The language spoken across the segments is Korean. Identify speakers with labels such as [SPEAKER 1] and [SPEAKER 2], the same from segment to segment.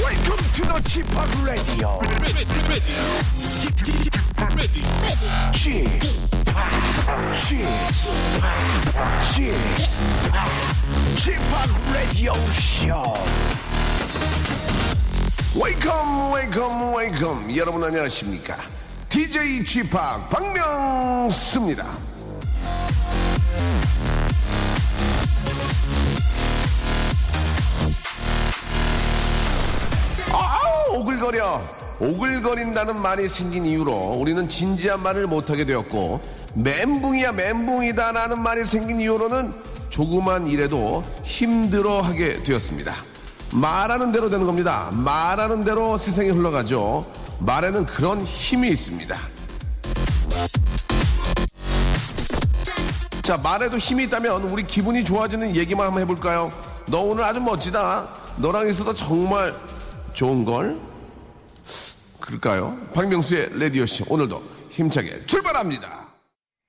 [SPEAKER 1] Welcome to the Chip Radio.
[SPEAKER 2] ready, ready, ready, ready.
[SPEAKER 1] Chip, Chip, Chip, Chip Radio Show.
[SPEAKER 3] 웨이컴 웨이컴 웨이컴 여러분 안녕하십니까 DJ g 파 박명수입니다 아우 오글거려 오글거린다는 말이 생긴 이유로 우리는 진지한 말을 못하게 되었고 멘붕이야 멘붕이다 라는 말이 생긴 이유로는 조그만 일에도 힘들어하게 되었습니다 말하는 대로 되는 겁니다 말하는 대로 세상이 흘러가죠 말에는 그런 힘이 있습니다 자, 말에도 힘이 있다면 우리 기분이 좋아지는 얘기만 한번 해볼까요? 너 오늘 아주 멋지다. 너랑 있어도 정말 좋은 걸? 그럴까요? 박명수의 레디오씨 오늘도 힘차게 출발합니다.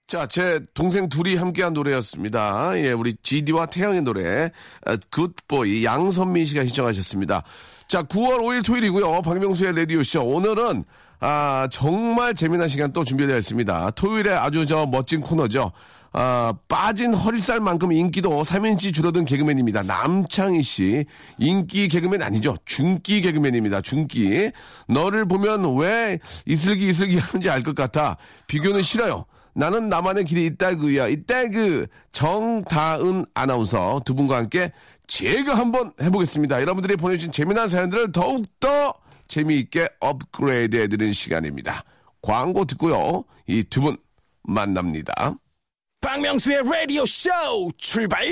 [SPEAKER 3] 자, 제 동생 둘이 함께한 노래였습니다. 예, 우리 GD와 태양의 노래, 아, 굿보이 양선민 씨가 신청하셨습니다. 자, 9월 5일 토요일이고요. 박명수의 라디오쇼. 오늘은, 아, 정말 재미난 시간 또 준비되어 있습니다. 토요일에 아주 저 멋진 코너죠. 아, 빠진 허리살만큼 인기도 3인치 줄어든 개그맨입니다. 남창희 씨. 인기 개그맨 아니죠. 중기 개그맨입니다. 중기. 너를 보면 왜 이슬기 이슬기 하는지 알 것 같아. 비교는 싫어요. 나는 나만의 길이 있다그야 있다그 정다은 아나운서 두 분과 함께 제가 한번 해보겠습니다. 여러분들이 보내주신 재미난 사연들을 더욱더 재미있게 업그레이드 해드리는 시간입니다. 광고 듣고요. 이 두 분 만납니다.
[SPEAKER 1] 박명수의 라디오 쇼 출발!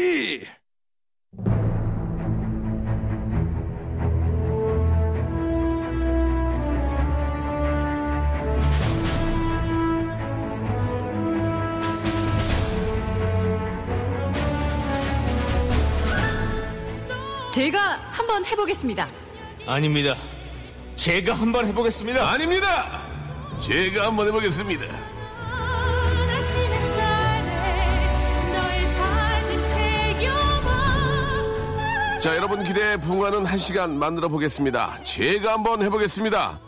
[SPEAKER 4] 제가 한번 해보겠습니다.
[SPEAKER 5] 아닙니다. 제가 한번 해보겠습니다.
[SPEAKER 3] 아닙니다. 제가 한번 해보겠습니다.
[SPEAKER 6] 아침 햇살에 너의 다짐 새겨봐
[SPEAKER 3] 자, 여러분 기대에 부응하는 한 시간 만들어 보겠습니다. 제가 한번 해보겠습니다.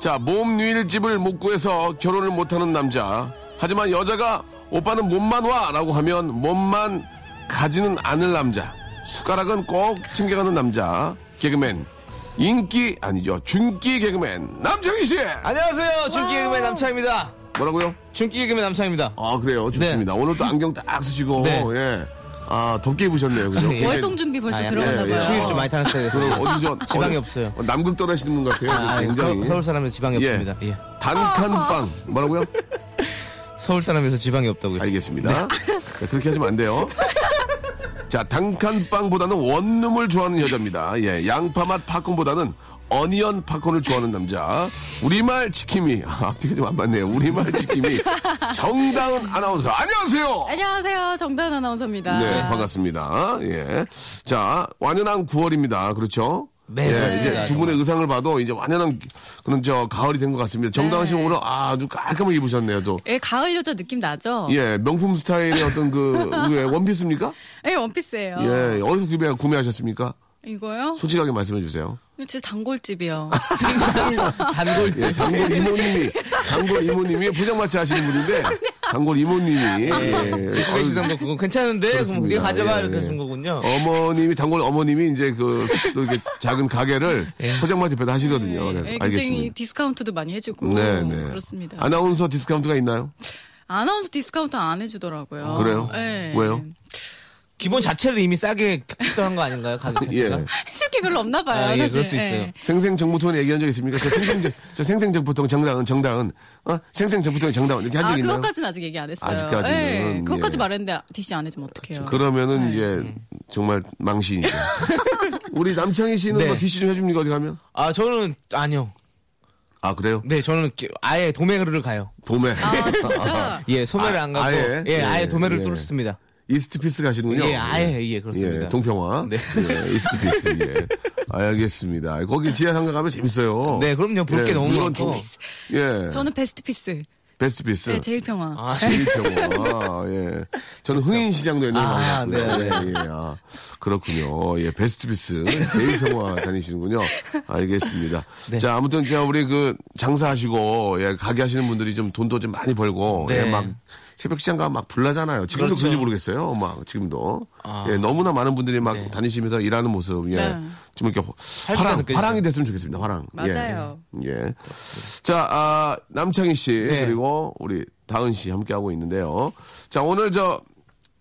[SPEAKER 3] 자, 몸 유일집을 못 구해서 결혼을 못하는 남자. 하지만 여자가 오빠는 몸만 와! 라고 하면 몸만 가지는 않을 남자. 숟가락은 꼭 챙겨가는 남자. 개그맨. 인기 아니죠. 중기 개그맨. 남창희 씨!
[SPEAKER 5] 안녕하세요. 중기 개그맨 남창입니다.
[SPEAKER 3] 뭐라고요?
[SPEAKER 5] 중기 개그맨 남창입니다.
[SPEAKER 3] 아, 그래요. 좋습니다. 오늘 또 안경 딱 쓰시고.
[SPEAKER 5] 네.
[SPEAKER 3] 예. 아, 덥게 입으셨네요. 그죠?
[SPEAKER 5] 예.
[SPEAKER 4] 월동 준비 벌써
[SPEAKER 5] 아,
[SPEAKER 4] 들어갔나
[SPEAKER 3] 예, 예.
[SPEAKER 4] 봐요.
[SPEAKER 5] 추위를 좀 많이 타는 스타일이라서
[SPEAKER 3] 그럼 어디죠?
[SPEAKER 5] 아, 지방이
[SPEAKER 3] 어,
[SPEAKER 5] 없어요.
[SPEAKER 3] 어, 남극 떠나시는 분 같아요.
[SPEAKER 5] 아, 예.
[SPEAKER 3] 굉장히.
[SPEAKER 5] 서, 서울 사람에서 지방이
[SPEAKER 3] 예.
[SPEAKER 5] 없습니다. 예.
[SPEAKER 3] 단칸빵 뭐라고요?
[SPEAKER 5] 서울 사람에서 지방이 없다고요.
[SPEAKER 3] 알겠습니다.
[SPEAKER 5] 네.
[SPEAKER 3] 자, 그렇게 하시면 안 돼요. 자, 단칸빵보다는 원룸을 좋아하는 여자입니다. 예, 양파맛 팝콘보다는 어니언 팝콘을 좋아하는 남자. 우리말 치킴이 아, 앞뒤가 좀 안 맞네요. 우리말 치킴이 정다은 아나운서 안녕하세요.
[SPEAKER 4] 안녕하세요. 정단 아나운서입니다.
[SPEAKER 3] 네, 반갑습니다. 예. 자, 완연한 9월입니다. 그렇죠?
[SPEAKER 5] 네,
[SPEAKER 3] 예, 이제
[SPEAKER 5] 그렇습니다.
[SPEAKER 3] 두 분의 의상을 봐도 이제 완연한 그런 저 가을이 된 것 같습니다. 정다은 씨
[SPEAKER 5] 네.
[SPEAKER 3] 오늘 아주 깔끔하게 입으셨네요, 또.
[SPEAKER 4] 예, 가을 여자 느낌 나죠? 예,
[SPEAKER 3] 예, 명품 스타일의 어떤 그, 왜, 원피스입니까?
[SPEAKER 5] 어.
[SPEAKER 4] 원피스예요.
[SPEAKER 3] 예, 어디서 구매, 구매하셨습니까?
[SPEAKER 4] 이거요?
[SPEAKER 3] 솔직하게 말씀해 주세요.
[SPEAKER 4] 이거 진짜 단골집이요.
[SPEAKER 3] 아, 예,
[SPEAKER 5] 단골집.
[SPEAKER 3] 단골 이모님이, 단골 이모님이 포장마차 하시는 분인데, 단골 이모님이. 예,
[SPEAKER 5] 입고 아, 계시던 거 그건 괜찮은데 그럼
[SPEAKER 3] 그렇습니다.
[SPEAKER 5] 네가 가져가
[SPEAKER 3] 예,
[SPEAKER 5] 이렇게
[SPEAKER 3] 예.
[SPEAKER 5] 준 거군요.
[SPEAKER 3] 어머님이 단골 어머님이 이제 그 이렇게 작은 가게를
[SPEAKER 5] 예.
[SPEAKER 3] 포장마차 옆에다 하시거든요. 네,
[SPEAKER 4] 예, 굉장히
[SPEAKER 3] 알겠습니다.
[SPEAKER 4] 디스카운트도 많이 해주고.
[SPEAKER 3] 네, 네.
[SPEAKER 4] 그렇습니다.
[SPEAKER 3] 아나운서 디스카운트가 있나요?
[SPEAKER 4] 아... 나운서 디스카운트 안 해주더라고요.
[SPEAKER 3] 그래요?
[SPEAKER 4] 예.
[SPEAKER 3] 왜요?
[SPEAKER 5] 기본 자체를 이미 싸게 획득한 거 아닌가요? 가격
[SPEAKER 3] 예.
[SPEAKER 5] 자체가?
[SPEAKER 4] 해줄 게 별로 없나 봐요.
[SPEAKER 5] 아, 예,
[SPEAKER 4] 사실.
[SPEAKER 5] 그럴 수 있어요.
[SPEAKER 4] 예.
[SPEAKER 3] 생생정보통 얘기한 적 있습니까? 저 생생 저 생생정보통 정당은 정당은 어? 생생정보통 정당은 이렇게 한
[SPEAKER 4] 아,
[SPEAKER 3] 적 있나요?
[SPEAKER 4] 그것까지는 아직 얘기 안 했어요.
[SPEAKER 3] 아직까지는,
[SPEAKER 4] 예, 그것까지
[SPEAKER 3] 예.
[SPEAKER 4] 말했는데 DC 안 해주면 어떡해요. 네,
[SPEAKER 3] 그러면은 이제 정말 망신이죠. 우리 남창희 씨는
[SPEAKER 5] 네.
[SPEAKER 3] 뭐 DC 좀 해줍니까 어디 가면?
[SPEAKER 5] 아 저는 아니요.
[SPEAKER 3] 아 그래요?
[SPEAKER 5] 네 저는 기- 아예 도매를 가요.
[SPEAKER 3] 도매
[SPEAKER 4] 아, 진짜?
[SPEAKER 5] 예 소매를
[SPEAKER 3] 아,
[SPEAKER 5] 안 가고
[SPEAKER 3] 아예?
[SPEAKER 5] 예,
[SPEAKER 3] 예,
[SPEAKER 5] 아예 도매를
[SPEAKER 3] 예.
[SPEAKER 5] 뚫습니다.
[SPEAKER 3] 이스트피스 가시는군요.
[SPEAKER 5] 예 아예 예 그렇습니다.
[SPEAKER 3] 예, 동평화.
[SPEAKER 5] 네.
[SPEAKER 3] 예, 이스트피스. 예. 알겠습니다. 거기 지하상가 가면 재밌어요. 예,
[SPEAKER 5] 네, 그럼요. 볼 게 너무
[SPEAKER 3] 물론
[SPEAKER 5] 많고.
[SPEAKER 3] 주- 예.
[SPEAKER 4] 저는 베스트 피스.
[SPEAKER 3] 베스트 피스.
[SPEAKER 4] 네, 제일 평화.
[SPEAKER 5] 아,
[SPEAKER 3] 제일 평화. 아, 예. 저는 흥인시장도 옛날에
[SPEAKER 5] 아,
[SPEAKER 3] 많이 갔고요. 예, 예. 아, 그렇군요. 예, 베스트 비스. 제일 평화 다니시는군요. 알겠습니다.
[SPEAKER 5] 네.
[SPEAKER 3] 자, 아무튼, 자, 우리 그, 장사하시고, 예, 가게 하시는 분들이 좀 돈도 좀 많이 벌고,
[SPEAKER 5] 네.
[SPEAKER 3] 예, 막, 새벽 시장 가면 막 불나잖아요. 지금도
[SPEAKER 5] 그렇죠. 아.
[SPEAKER 3] 그런지 모르겠어요. 막, 지금도. 예, 너무나 많은 분들이 막 다니시면서 일하는 모습, 예.
[SPEAKER 4] 네.
[SPEAKER 3] 좀 이렇게 화-
[SPEAKER 5] 네. 활기가
[SPEAKER 3] 화랑,
[SPEAKER 5] 느껴지죠.
[SPEAKER 3] 화랑이 됐으면 좋겠습니다. 화랑. 예.
[SPEAKER 4] 맞아요.
[SPEAKER 3] 예. 자, 아, 남창희 씨
[SPEAKER 5] 네.
[SPEAKER 3] 그리고 우리 다은 씨 함께 하고 있는데요. 자, 오늘 저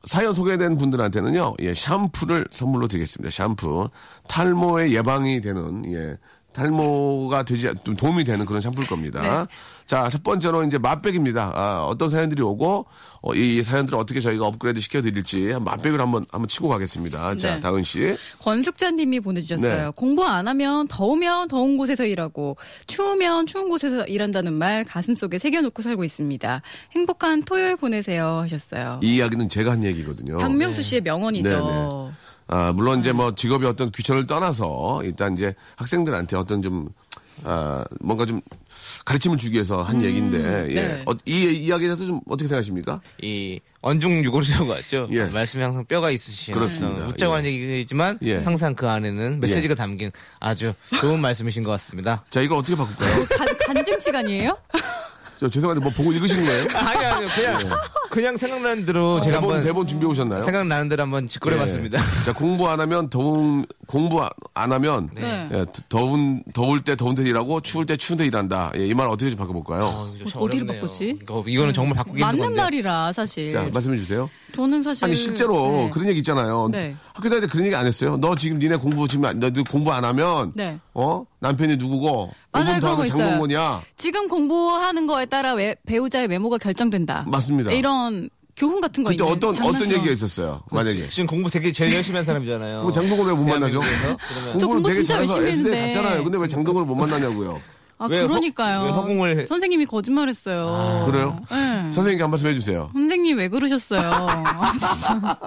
[SPEAKER 3] 사연 소개된 분들한테는요. 예, 샴푸를 선물로 드리겠습니다. 샴푸. 탈모의 예방이 되는 예. 탈모가 되지 않- 좀 도움이 되는 그런 샴푸일 겁니다. 자, 첫 번째로 이제 맛백입니다. 아, 어떤 사연들이 오고 어, 이 사연들을 어떻게 저희가 업그레이드 시켜 드릴지 맛백을 한번 한번 치고 가겠습니다. 자,
[SPEAKER 4] 네.
[SPEAKER 3] 다은 씨.
[SPEAKER 4] 권숙자님이 보내주셨어요.
[SPEAKER 3] 네.
[SPEAKER 4] 공부 안 하면 더우면 더운 곳에서 일하고 추우면 추운 곳에서 일한다는 말 가슴 속에 새겨놓고 살고 있습니다. 행복한 토요일 보내세요 하셨어요.
[SPEAKER 3] 이 어. 이야기는 제가 한 얘기거든요.
[SPEAKER 4] 박명수 씨의 명언이죠.
[SPEAKER 3] 아, 물론 이제 뭐 직업이 어떤 귀천을 떠나서 일단 이제 학생들한테 어떤 좀, 아, 뭔가 좀 가르침을 주기 위해서 한 얘기인데, 예.
[SPEAKER 4] 네.
[SPEAKER 3] 어, 이 이야기에 대해서 좀 어떻게 생각하십니까?
[SPEAKER 5] 이 언중 유골이라고 하죠.
[SPEAKER 3] 예.
[SPEAKER 5] 말씀이 항상 뼈가 있으신
[SPEAKER 3] 그렇습니다.
[SPEAKER 5] 어, 웃자고 하는 얘기지만
[SPEAKER 3] 예.
[SPEAKER 5] 항상 그 안에는 메시지가 담긴 아주 좋은 말씀이신 것 같습니다.
[SPEAKER 3] 자, 이걸 어떻게 바꿀까요?
[SPEAKER 4] 간, 간증 시간이에요?
[SPEAKER 3] 저 죄송한데 뭐 보고 읽으신 거예요? 아,
[SPEAKER 5] 아니 아니 그냥 그냥 생각나는 대로 제가
[SPEAKER 3] 대본,
[SPEAKER 5] 한번
[SPEAKER 3] 대본 준비해 오셨나요?
[SPEAKER 5] 생각나는 대로 한번 짓거려봤습니다.
[SPEAKER 3] 예. 자, 공부 안 하면 더운, 공부 안- 안 하면
[SPEAKER 4] 네.
[SPEAKER 3] 예, 더운, 더울 때 더운 데 일하고 추울 때 추운 데 일한다. 예, 이 말 어떻게 좀 바꿔볼까요?
[SPEAKER 4] 어디를 바꾸지?
[SPEAKER 5] 이거, 이거는 정말 바꾸기 힘든
[SPEAKER 4] 맞는
[SPEAKER 5] 건데.
[SPEAKER 4] 말이라 사실.
[SPEAKER 5] 예.
[SPEAKER 3] 자, 말씀해 주세요.
[SPEAKER 4] 저는 사실
[SPEAKER 3] 아니 실제로
[SPEAKER 4] 네.
[SPEAKER 3] 그런 얘기 있잖아요.
[SPEAKER 4] 네.
[SPEAKER 3] 학교 다닐 때 그런 얘기 안 했어요. 너 지금 니네 공부 지금 안- 너너 공부 안 하면
[SPEAKER 4] 네.
[SPEAKER 3] 어 남편이 누구고
[SPEAKER 4] 맞아요,
[SPEAKER 3] 공부 더
[SPEAKER 4] 그런
[SPEAKER 3] 하면
[SPEAKER 4] 거 있어요.
[SPEAKER 3] 장동건이야.
[SPEAKER 4] 지금 공부하는 거에 따라 왜 배우자의 외모가 결정된다.
[SPEAKER 3] 맞습니다.
[SPEAKER 4] 이런 교훈 같은 거
[SPEAKER 3] 그때
[SPEAKER 4] 있는
[SPEAKER 3] 어떤 어떤
[SPEAKER 4] 장난감.
[SPEAKER 3] 얘기가 있었어요. 만약에
[SPEAKER 5] 지금 공부 되게 제일 열심히 한 사람이잖아요.
[SPEAKER 3] 그럼 장동건 왜 못 만나죠?
[SPEAKER 5] 대한민국에서? 그러면
[SPEAKER 4] 저 공부
[SPEAKER 3] 되게
[SPEAKER 4] 진짜
[SPEAKER 3] 잘해서
[SPEAKER 4] 열심히
[SPEAKER 3] SD
[SPEAKER 4] 했는데.
[SPEAKER 3] 갔잖아요. 근데 왜 장동건을 못 만나냐고요.
[SPEAKER 4] 아
[SPEAKER 5] 왜 허-
[SPEAKER 4] 그러니까요.
[SPEAKER 5] 왜 허공을 해- 아.
[SPEAKER 4] 선생님이 거짓말했어요.
[SPEAKER 3] 그래요?
[SPEAKER 4] 네.
[SPEAKER 3] 선생님께 한 말씀 해주세요.
[SPEAKER 4] 선생님 왜 그러셨어요? 아, 진짜.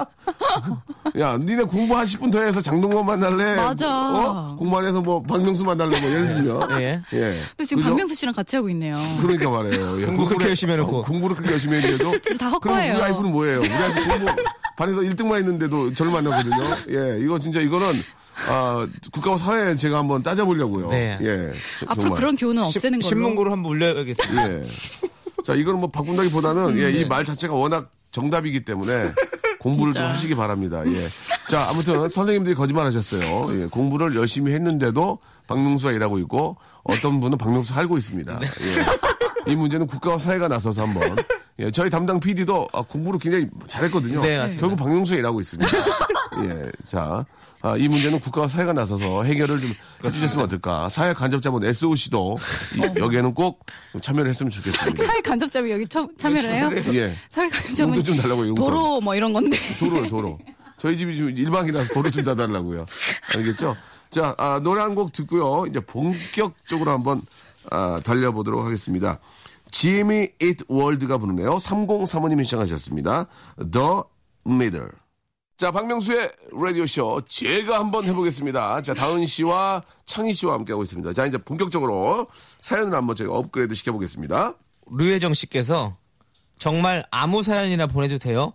[SPEAKER 3] 야, 니네 공부 한 10분 더 해서 장동건 만날래?
[SPEAKER 4] 맞아.
[SPEAKER 3] 어? 공부 안 해서 뭐 박명수 만날래? 뭐 예를 들면.
[SPEAKER 4] 네.
[SPEAKER 5] 예.
[SPEAKER 3] 예.
[SPEAKER 4] 근데 지금
[SPEAKER 3] 그죠?
[SPEAKER 4] 박명수 씨랑 같이 하고 있네요.
[SPEAKER 3] 그러니까 말이에요. 예,
[SPEAKER 5] 공부 그렇게
[SPEAKER 3] 공부를-
[SPEAKER 5] 열심히 해놓고.
[SPEAKER 3] 어, 공부를 그렇게 열심히 해도
[SPEAKER 4] 진짜 다
[SPEAKER 3] 그럼
[SPEAKER 4] 헛거예요.
[SPEAKER 3] 우리 아이프는 뭐예요? 우리 아이프 공부 반에서 1등만 했는데도 저를 만났거든요. 예, 이거 진짜 이거는 아, 국가와 사회 제가 한번 따져보려고요.
[SPEAKER 5] 네.
[SPEAKER 3] 예, 저-
[SPEAKER 4] 앞으로
[SPEAKER 3] 정말.
[SPEAKER 4] 그런 교훈은 없애는 걸로.
[SPEAKER 5] 신문고로 한번 올려야겠습니다.
[SPEAKER 3] 예. 자, 이거는 뭐 바꾼다기보다는 예,
[SPEAKER 5] 네.
[SPEAKER 3] 이 말 자체가 워낙 정답이기 때문에 공부를 좀
[SPEAKER 4] 진짜.
[SPEAKER 3] 하시기 바랍니다. 예. 자, 아무튼 선생님들이 거짓말하셨어요. 예, 공부를 열심히 했는데도 박명수가 일하고 있고 어떤 분은 박명수 살고
[SPEAKER 5] 네.
[SPEAKER 3] 있습니다. 예. 이 문제는 국가와 사회가 나서서 한번. 예, 저희 담당 PD도 아, 공부를 굉장히 잘했거든요.
[SPEAKER 5] 네, 맞습니다.
[SPEAKER 3] 결국 박명수가 일하고 있습니다. 예, 자. 아, 이 문제는 국가와 사회가 나서서 해결을 좀 해주셨으면 어떨까. 사회 간접자본 SOC도 여기에는 꼭 참여를 했으면 좋겠습니다.
[SPEAKER 4] 사회 간접점이 여기 처, 참여를 해요?
[SPEAKER 3] 예.
[SPEAKER 4] 사회 간접점은
[SPEAKER 3] 용돈 좀 달라고요, 용돈.
[SPEAKER 4] 도로 뭐 이런 건데.
[SPEAKER 3] 도로요, 도로. 저희 집이 지금 일방이라서 도로 좀 닫아달라고요. 알겠죠? 자, 아, 노래 한 곡 듣고요. 이제 본격적으로 한번 아, 달려보도록 하겠습니다. 지미 잇 월드가 부르네요. 303호님이 시청하셨습니다. The Middle. 자, 박명수의 라디오쇼. 제가 한번 해보겠습니다. 자, 다은 씨와 창희 씨와 함께하고 있습니다. 자, 이제 본격적으로 사연을 한번 제가 업그레이드 시켜보겠습니다.
[SPEAKER 5] 류혜정 씨께서 정말 아무 사연이나 보내도 돼요?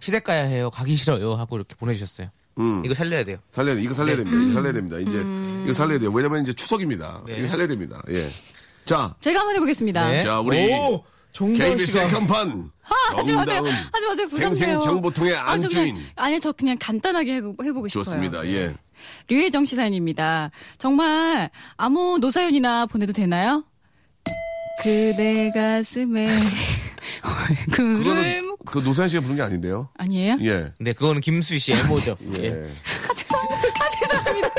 [SPEAKER 5] 시댁 가야 해요. 가기 싫어요. 하고 이렇게 보내주셨어요.
[SPEAKER 3] 음.
[SPEAKER 5] 이거 살려야 돼요.
[SPEAKER 3] 살려야 돼. 이거
[SPEAKER 4] 네.
[SPEAKER 3] 살려야 됩니다. 이거
[SPEAKER 4] 음.
[SPEAKER 3] 살려야 됩니다. 이제 이거 살려야 돼요. 왜냐면 이제 추석입니다. 이거 살려야 됩니다. 예. 자,
[SPEAKER 4] 제가 한번 해보겠습니다.
[SPEAKER 5] 네.
[SPEAKER 3] 자, 우리
[SPEAKER 5] 오, 정다은
[SPEAKER 3] KBS
[SPEAKER 5] 씨가
[SPEAKER 3] 한판
[SPEAKER 4] 하지 마세요.
[SPEAKER 3] 정다운
[SPEAKER 4] 하지 마세요. 부담돼요.
[SPEAKER 3] 생생정보통의
[SPEAKER 4] 아, 저 그냥-
[SPEAKER 3] 안주인
[SPEAKER 4] 아니, 저 그냥 간단하게 해보- 해보고 싶어요.
[SPEAKER 3] 좋습니다. 예.
[SPEAKER 4] 류혜정 시사인입니다. 정말 아무 노사연이나 보내도 되나요? 그대 가슴에 얼굴을
[SPEAKER 3] 그거는
[SPEAKER 4] 묻고
[SPEAKER 3] 그 노산 씨가 부른 게 아닌데요.
[SPEAKER 4] 아니에요?
[SPEAKER 3] 예.
[SPEAKER 5] 네, 그거는 김수희 씨 애모죠. 예.
[SPEAKER 3] 예.
[SPEAKER 4] 아, 죄송합니다. 아, 죄송합니다.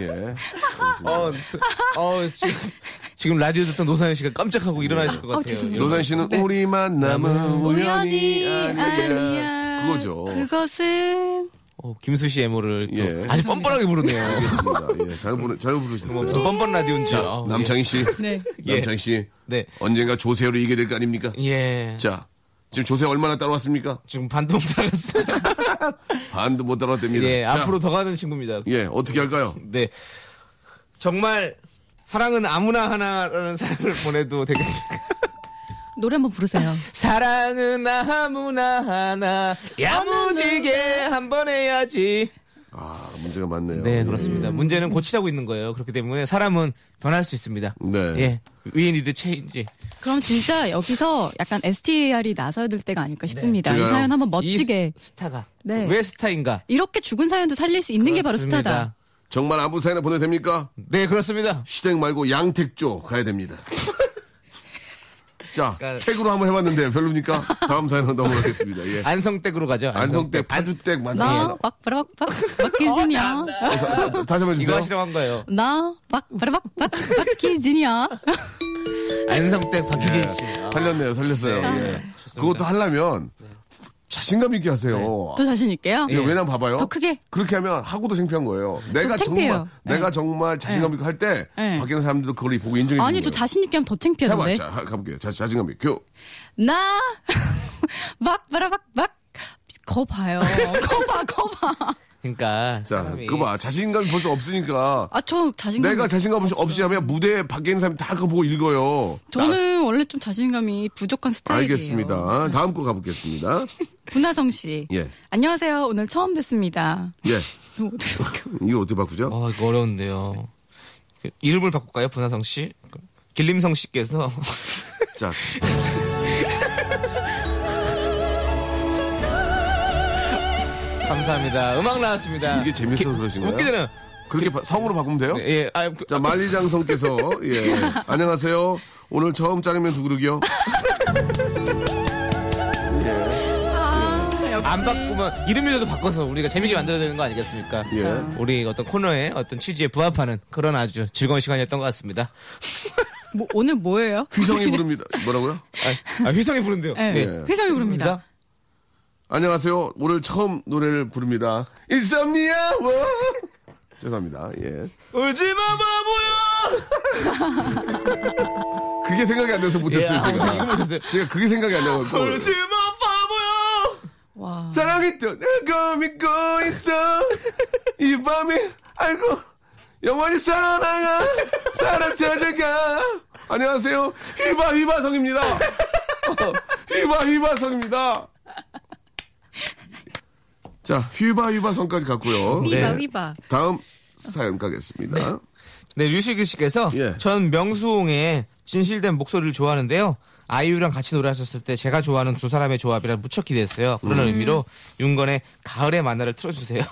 [SPEAKER 3] 예.
[SPEAKER 5] 어, 드- 어, 지금, 지금 라디오 듣던 노사연 씨가 깜짝하고
[SPEAKER 3] 예.
[SPEAKER 5] 일어나실 것
[SPEAKER 4] 어,
[SPEAKER 5] 같아요.
[SPEAKER 4] 죄송해요.
[SPEAKER 3] 노산 씨는 우리 만남은 우연이 아니야. 그거죠.
[SPEAKER 4] 그것은
[SPEAKER 5] 어, 김수 씨 애모를 또
[SPEAKER 3] 예.
[SPEAKER 5] 아주 뻔뻔하게 부르네요. 뭐
[SPEAKER 3] 알겠습니다. 예. 잘 부르 잘
[SPEAKER 5] 무슨
[SPEAKER 3] 부르셨어요.
[SPEAKER 5] 뻔뻔 라디오인지. 아,
[SPEAKER 3] 남창희 씨.
[SPEAKER 4] 네.
[SPEAKER 5] 예.
[SPEAKER 3] 남창희 씨.
[SPEAKER 5] 네.
[SPEAKER 3] 언젠가 조세호로 이게 될 거 아닙니까?
[SPEAKER 5] 예.
[SPEAKER 3] 자, 지금 조세 얼마나 따라왔습니까?
[SPEAKER 5] 지금 반동 들어갔어요.
[SPEAKER 3] 반도 못 따라왔답니다.
[SPEAKER 5] 예,
[SPEAKER 3] 자,
[SPEAKER 5] 앞으로 더 가는 친구입니다.
[SPEAKER 3] 예, 어떻게 할까요?
[SPEAKER 5] 네. 정말 사랑은 아무나 하나라는 사연을 보내도 되겠죠.
[SPEAKER 4] 노래 한번 부르세요.
[SPEAKER 5] 사랑은 아무나 하나 야무지게 한 번 해야지.
[SPEAKER 3] 아, 문제가 많네요.
[SPEAKER 5] 네 그렇습니다. 문제는 고치자고 있는 거예요. 그렇기 때문에 사람은 변할 수 있습니다.
[SPEAKER 3] 네.
[SPEAKER 5] 예. We need change.
[SPEAKER 4] 그럼 진짜 여기서 약간 STR이 나서야 될 때가 아닐까 싶습니다. 이
[SPEAKER 3] 제가요?
[SPEAKER 4] 사연 한번
[SPEAKER 5] 이
[SPEAKER 4] 멋지게
[SPEAKER 5] 스- 스타가
[SPEAKER 4] 네.
[SPEAKER 5] 왜 스타인가?
[SPEAKER 4] 이렇게 죽은 사연도 살릴 수 있는 게 바로
[SPEAKER 5] 그렇습니다.
[SPEAKER 4] 스타다.
[SPEAKER 3] 예. 정말 아무 사이나 보내도 됩니까?
[SPEAKER 5] 네 그렇습니다.
[SPEAKER 3] 시댁 말고 양택조 가야 됩니다. 자,
[SPEAKER 5] 그러니까-
[SPEAKER 3] 택으로 한번 해봤는데 별로니까 다음 사연 넘어가겠습니다. 예.
[SPEAKER 5] 안성댁으로 가죠.
[SPEAKER 3] 안성댁, 파주댁
[SPEAKER 5] 네.
[SPEAKER 3] 맞나요?
[SPEAKER 4] 나막 바라박 박 박기진이야.
[SPEAKER 3] 아, 다시 한번
[SPEAKER 5] 이거
[SPEAKER 3] 해주세요.
[SPEAKER 5] 하시라고 한 거예요.
[SPEAKER 4] 나막 바라박 박 박기진이야.
[SPEAKER 3] 아.
[SPEAKER 5] 안성댁 박희진 씨. 아,
[SPEAKER 3] 살렸네요, 살렸어요.
[SPEAKER 5] 네.
[SPEAKER 3] 예.
[SPEAKER 5] 좋습니다. 네.
[SPEAKER 3] 그것도 하려면 자신감 있게 하세요.
[SPEAKER 4] 더 자신 있게요.
[SPEAKER 5] 예.
[SPEAKER 3] 이거 왜냐면 봐봐요.
[SPEAKER 4] 더 크게?
[SPEAKER 3] 그렇게 하면 하고도 창피한 거예요. 내가 정말
[SPEAKER 4] 창피해요. 네.
[SPEAKER 3] 내가 정말 자신감 있게 할 때
[SPEAKER 4] 네.
[SPEAKER 3] 밖에 사람들도 그걸 보고 인정해
[SPEAKER 4] 아니
[SPEAKER 3] 주는 거예요.
[SPEAKER 4] 저 자신 있게 하면 더
[SPEAKER 3] 해봐,
[SPEAKER 4] 창피한데.
[SPEAKER 3] 자, 하- 가볼게요. 자, 자신감 있게. 교.
[SPEAKER 4] 나막 바라박 박 거봐요. 거봐 거봐.
[SPEAKER 5] 그러니까
[SPEAKER 3] 자,
[SPEAKER 5] 사람이
[SPEAKER 3] 그봐 자신감이 벌써 없으니까
[SPEAKER 4] 아 저 자신감.
[SPEAKER 3] 내가 자신감 없이, 없이 하면 무대 밖에 있는 사람이 다 그거 보고 읽어요.
[SPEAKER 4] 저는 그 원래 좀 자신감이 부족한
[SPEAKER 3] 나-
[SPEAKER 4] 스타일이에요.
[SPEAKER 3] 알겠습니다. 다음 거 가보겠습니다.
[SPEAKER 4] 분하성 씨.
[SPEAKER 3] 예.
[SPEAKER 4] 안녕하세요. 오늘 처음 뵙습니다.
[SPEAKER 3] 예.
[SPEAKER 4] 어떻게
[SPEAKER 3] 이거 어떻게 바꾸죠?
[SPEAKER 5] 어, 이거 어려운데요. 그, 이름을 바꿀까요, 분하성 씨? 그, 길림성 씨께서
[SPEAKER 3] 자,
[SPEAKER 5] 감사합니다. 음악 나왔습니다.
[SPEAKER 3] 이게 재밌어서 그러신 거예요?
[SPEAKER 5] 웃기잖아요.
[SPEAKER 3] 그렇게 바- 성으로 바꾸면 돼요?
[SPEAKER 5] 네, 예, 아, 그,
[SPEAKER 3] 자, 만리장성께서, 예. 안녕하세요. 오늘 처음 짜장면 두 그릇이요.
[SPEAKER 4] 역시.
[SPEAKER 5] 안 바꾸면 이름이라도 바꿔서 우리가 재밌게 만들어야 되는 거 아니겠습니까?
[SPEAKER 3] 예.
[SPEAKER 5] 우리 어떤 코너에 어떤 취지에 부합하는 그런 아주 즐거운 시간이었던 것 같습니다.
[SPEAKER 4] 뭐, 오늘 뭐예요?
[SPEAKER 3] 휘성이 부릅니다. 뭐라고요?
[SPEAKER 5] 아, 아, 휘성이 부른대요. 아,
[SPEAKER 4] 네.
[SPEAKER 3] 예.
[SPEAKER 4] 회성이 부릅니다.
[SPEAKER 3] 안녕하세요. 오늘 처음 노래를 부릅니다. 인썸니아! 워! 죄송합니다. 예.
[SPEAKER 5] 울지마 바보야.
[SPEAKER 3] 그게 생각이 안 돼서 못했어요,
[SPEAKER 5] 아, 이거
[SPEAKER 3] 제가.
[SPEAKER 5] 못했어요.
[SPEAKER 3] 제가 그게 생각이 안 나가지고.
[SPEAKER 5] 울지마 바보야.
[SPEAKER 4] 와.
[SPEAKER 3] 사랑했던 내가 믿고 있어 이 밤에 알고 영원히 사랑아 사랑 찾아가 안녕하세요 휘바 휘바성입니다 어, 휘바 휘바성입니다 자 휘바 휘바성까지 갔고요
[SPEAKER 4] 휘바,
[SPEAKER 5] 네.
[SPEAKER 4] 휘바.
[SPEAKER 3] 다음 사연 가겠습니다
[SPEAKER 5] 네, 류시기 씨께서
[SPEAKER 3] 예.
[SPEAKER 5] 전 명수홍의 진실된 목소리를 좋아하는데요. 아이유랑 같이 노래하셨을 때 제가 좋아하는 두 사람의 조합이라 무척 기대했어요. 그런 의미로 윤건의 가을의 만나를 틀어주세요.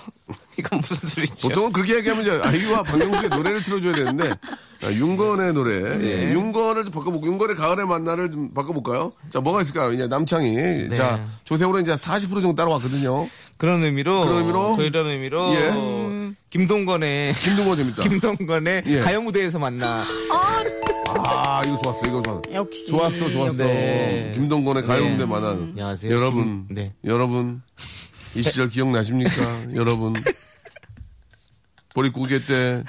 [SPEAKER 5] 이건 무슨 소리죠?
[SPEAKER 3] 보통은 그렇게 얘기하면 이제 아이유와 박명수의 노래를 틀어줘야 되는데 아, 윤건의 노래
[SPEAKER 5] 네.
[SPEAKER 3] 예, 윤건을 좀 바꿔볼까 윤건의 가을의 만나를 좀 바꿔볼까요? 자 뭐가 있을까요? 이제 남창이
[SPEAKER 5] 네.
[SPEAKER 3] 자 조세호는 이제 40% 정도 따라왔거든요.
[SPEAKER 5] 그런 의미로
[SPEAKER 3] 그런 의미로?
[SPEAKER 5] 그런 의미로
[SPEAKER 3] 예.
[SPEAKER 5] 김동건의
[SPEAKER 3] 김동건 재밌다.
[SPEAKER 5] 김동건의
[SPEAKER 3] 예.
[SPEAKER 5] 가요 무대에서 만나.
[SPEAKER 3] 아 이거 좋았어 이거 좋았어.
[SPEAKER 4] 역시.
[SPEAKER 3] 좋았어 좋았어.
[SPEAKER 5] 네.
[SPEAKER 3] 김동건의 가요음대
[SPEAKER 5] 네.
[SPEAKER 3] 만화.
[SPEAKER 5] 안녕하세요.
[SPEAKER 3] 여러분
[SPEAKER 5] 김- 네.
[SPEAKER 3] 여러분 이 시절 기억나십니까? 여러분 보릿고개 때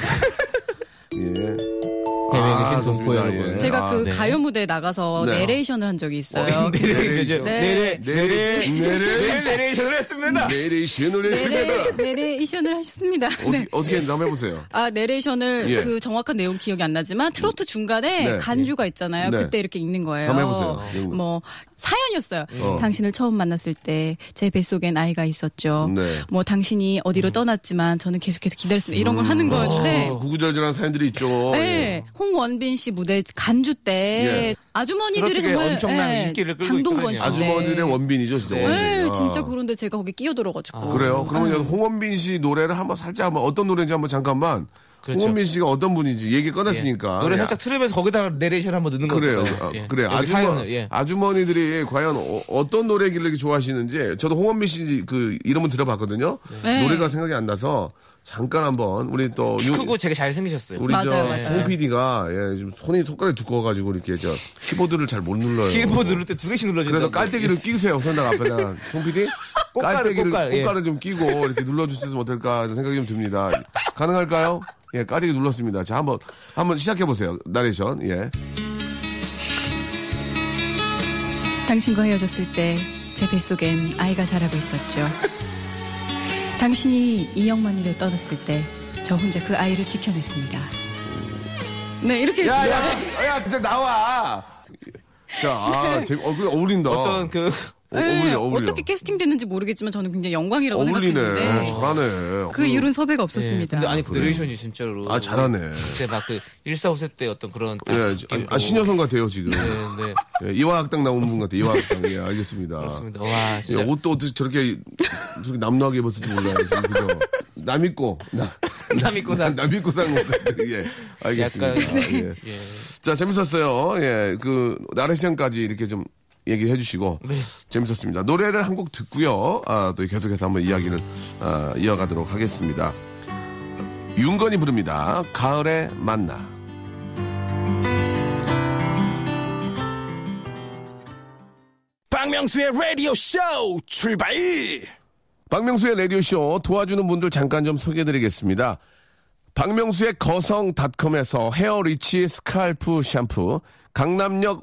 [SPEAKER 3] 예.
[SPEAKER 5] 해외에
[SPEAKER 3] 아,
[SPEAKER 5] 계신 동포
[SPEAKER 3] 좋습니다.
[SPEAKER 5] 여러분.
[SPEAKER 3] 예.
[SPEAKER 4] 제가
[SPEAKER 3] 아,
[SPEAKER 4] 그
[SPEAKER 5] 네.
[SPEAKER 4] 가요 무대에 나가서
[SPEAKER 3] 네.
[SPEAKER 4] 내레이션을 한 적이 있어요.
[SPEAKER 5] 내레이션.
[SPEAKER 4] 네.
[SPEAKER 5] 내레 내레
[SPEAKER 3] 내레-
[SPEAKER 5] 내레이션을 했습니다.
[SPEAKER 3] 내레이션을 했습니다.
[SPEAKER 4] 내레, 내레이션을 하셨습니다.
[SPEAKER 3] 어떻게
[SPEAKER 4] 네.
[SPEAKER 3] 어떻게 했는지 한번 해보세요.
[SPEAKER 4] 아, 내레이션을
[SPEAKER 3] 예.
[SPEAKER 4] 그 정확한 내용 기억이 안 나지만 트로트 중간에
[SPEAKER 3] 네.
[SPEAKER 4] 간주가 있잖아요.
[SPEAKER 3] 네.
[SPEAKER 4] 그때 이렇게 읽는 거예요.
[SPEAKER 3] 한번 해보세요.
[SPEAKER 4] 뭐 사연이었어요.
[SPEAKER 3] 어.
[SPEAKER 4] 당신을 처음 만났을 때 제 뱃속엔 아이가 있었죠.
[SPEAKER 3] 네. 음.
[SPEAKER 4] 뭐 당신이 어디로 떠났지만 저는 계속해서 기다렸습니다. 이런 걸 하는 거였는데
[SPEAKER 3] 어, 아. 구구절절한 사연들이 있죠.
[SPEAKER 4] 네, 홍원빈 씨 무대 간주 때
[SPEAKER 3] 예.
[SPEAKER 4] 아주머니들이
[SPEAKER 5] 트로트계
[SPEAKER 4] 정말
[SPEAKER 5] 엄청난
[SPEAKER 4] 예,
[SPEAKER 5] 인기를 끌고
[SPEAKER 4] 장동건
[SPEAKER 5] 있거든요.
[SPEAKER 4] 씨
[SPEAKER 3] 예. 아주머니의
[SPEAKER 4] 네.
[SPEAKER 3] 원빈이죠, 진짜.
[SPEAKER 5] 네.
[SPEAKER 3] 원빈.
[SPEAKER 4] 네,
[SPEAKER 3] 아.
[SPEAKER 4] 진짜 네. 그런데 제가 거기 끼어들어가지고
[SPEAKER 3] 그래요. 그러면 홍원빈 씨 노래를 한번 살짝 한번 어떤 노래인지 한번 잠깐만.
[SPEAKER 5] 그렇죠.
[SPEAKER 3] 홍원빈 씨가 어떤 분인지 얘기 꺼냈으니까.
[SPEAKER 5] 노래
[SPEAKER 3] 예.
[SPEAKER 5] 살짝 틀으면서 거기다가 내레이션 한번 넣는 거예요.
[SPEAKER 3] 그래요. 아, 그래. 아주머,
[SPEAKER 5] 사연을 예.
[SPEAKER 3] 아주머니들이 과연 어, 떤 노래길래 이렇게 좋아하시는지 저도 홍원빈 씨 그 이름은 들어봤거든요.
[SPEAKER 4] 네.
[SPEAKER 3] 노래가 생각이 안 나서 잠깐 한번 우리 또 유-
[SPEAKER 5] 크고 되게 잘 생기셨어요.
[SPEAKER 3] 우리
[SPEAKER 4] 맞아요, 맞아요.
[SPEAKER 3] 저송 PD가 예, 지금 손이 손가락이 두꺼워가지고 이렇게 저 키보드를 잘 못 눌러요.
[SPEAKER 5] 키보드 누를 때 두 개씩 눌러준다.
[SPEAKER 3] 그래서 깔때기를 끼세요 손당 앞에다 송 PD
[SPEAKER 5] 꽃가루,
[SPEAKER 3] 깔때기를
[SPEAKER 5] 꽃가루, 예.
[SPEAKER 3] 꽃가루 좀 끼고 이렇게 눌러주시면 어떨까 하는 생각이 좀 듭니다. 가능할까요? 예, 깔때기 눌렀습니다. 자 한번 한번 시작해 보세요. 나레이션 예.
[SPEAKER 4] 당신과 헤어졌을 때 제 뱃속엔 아이가 자라고 있었죠. 당신이 이영만이를 떠났을 때 저 혼자 그 아이를
[SPEAKER 5] 아,
[SPEAKER 4] 지켜냈습니다. 네, 이렇게
[SPEAKER 3] 야야 야, 야, 진짜 나와. 자, 아, 재미, 어, 그래, 어울린다.
[SPEAKER 5] 어떤 그
[SPEAKER 3] 어, 어울려, 어울려.
[SPEAKER 4] 네, 어떻게 캐스팅 됐는지 모르겠지만 저는 굉장히 영광이라고
[SPEAKER 3] 어울리네. 아, 네,
[SPEAKER 4] 생각했는데
[SPEAKER 3] 잘하네.
[SPEAKER 4] 그 이후로는 섭외가 없었습니다.
[SPEAKER 5] 근데 아니 그 내레이션이 진짜로
[SPEAKER 3] 아, 잘하네.
[SPEAKER 5] 그때 막그 145세 때 어떤 그런 딱
[SPEAKER 3] 예,
[SPEAKER 5] 느낌
[SPEAKER 3] 아, 아, 신여성 같아요, 지금.
[SPEAKER 5] 네, 네.
[SPEAKER 3] 예, 이화학당 나온 분 같아요, 이화학당. 예, 알겠습니다.
[SPEAKER 5] 그렇습니다. 와,
[SPEAKER 3] 예,
[SPEAKER 5] 진짜
[SPEAKER 3] 옷도 어떻게 저렇게, 저렇게 남루하게 입었을지 몰라요. 지금, 그죠? 남 입고, 나,
[SPEAKER 5] 남 입고 산.
[SPEAKER 3] 남 입고 산것 같아요. 예, 알겠습니다.
[SPEAKER 5] 약간,
[SPEAKER 3] 예. 자, 재밌었어요. 예, 그, 나래 시장까지 이렇게 좀 얘기해 주시고.
[SPEAKER 5] 네.
[SPEAKER 3] 재밌었습니다. 노래를 한 곡 듣고요. 아, 또 계속해서 한번 이야기는, 아, 이어가도록 하겠습니다. 윤건이 부릅니다. 가을의 만나.
[SPEAKER 1] 박명수의 라디오 쇼 출발!
[SPEAKER 3] 박명수의 라디오쇼 도와주는 분들 잠깐 좀 소개해드리겠습니다. 박명수의 거성닷컴에서 헤어리치 스칼프 샴푸, 강남역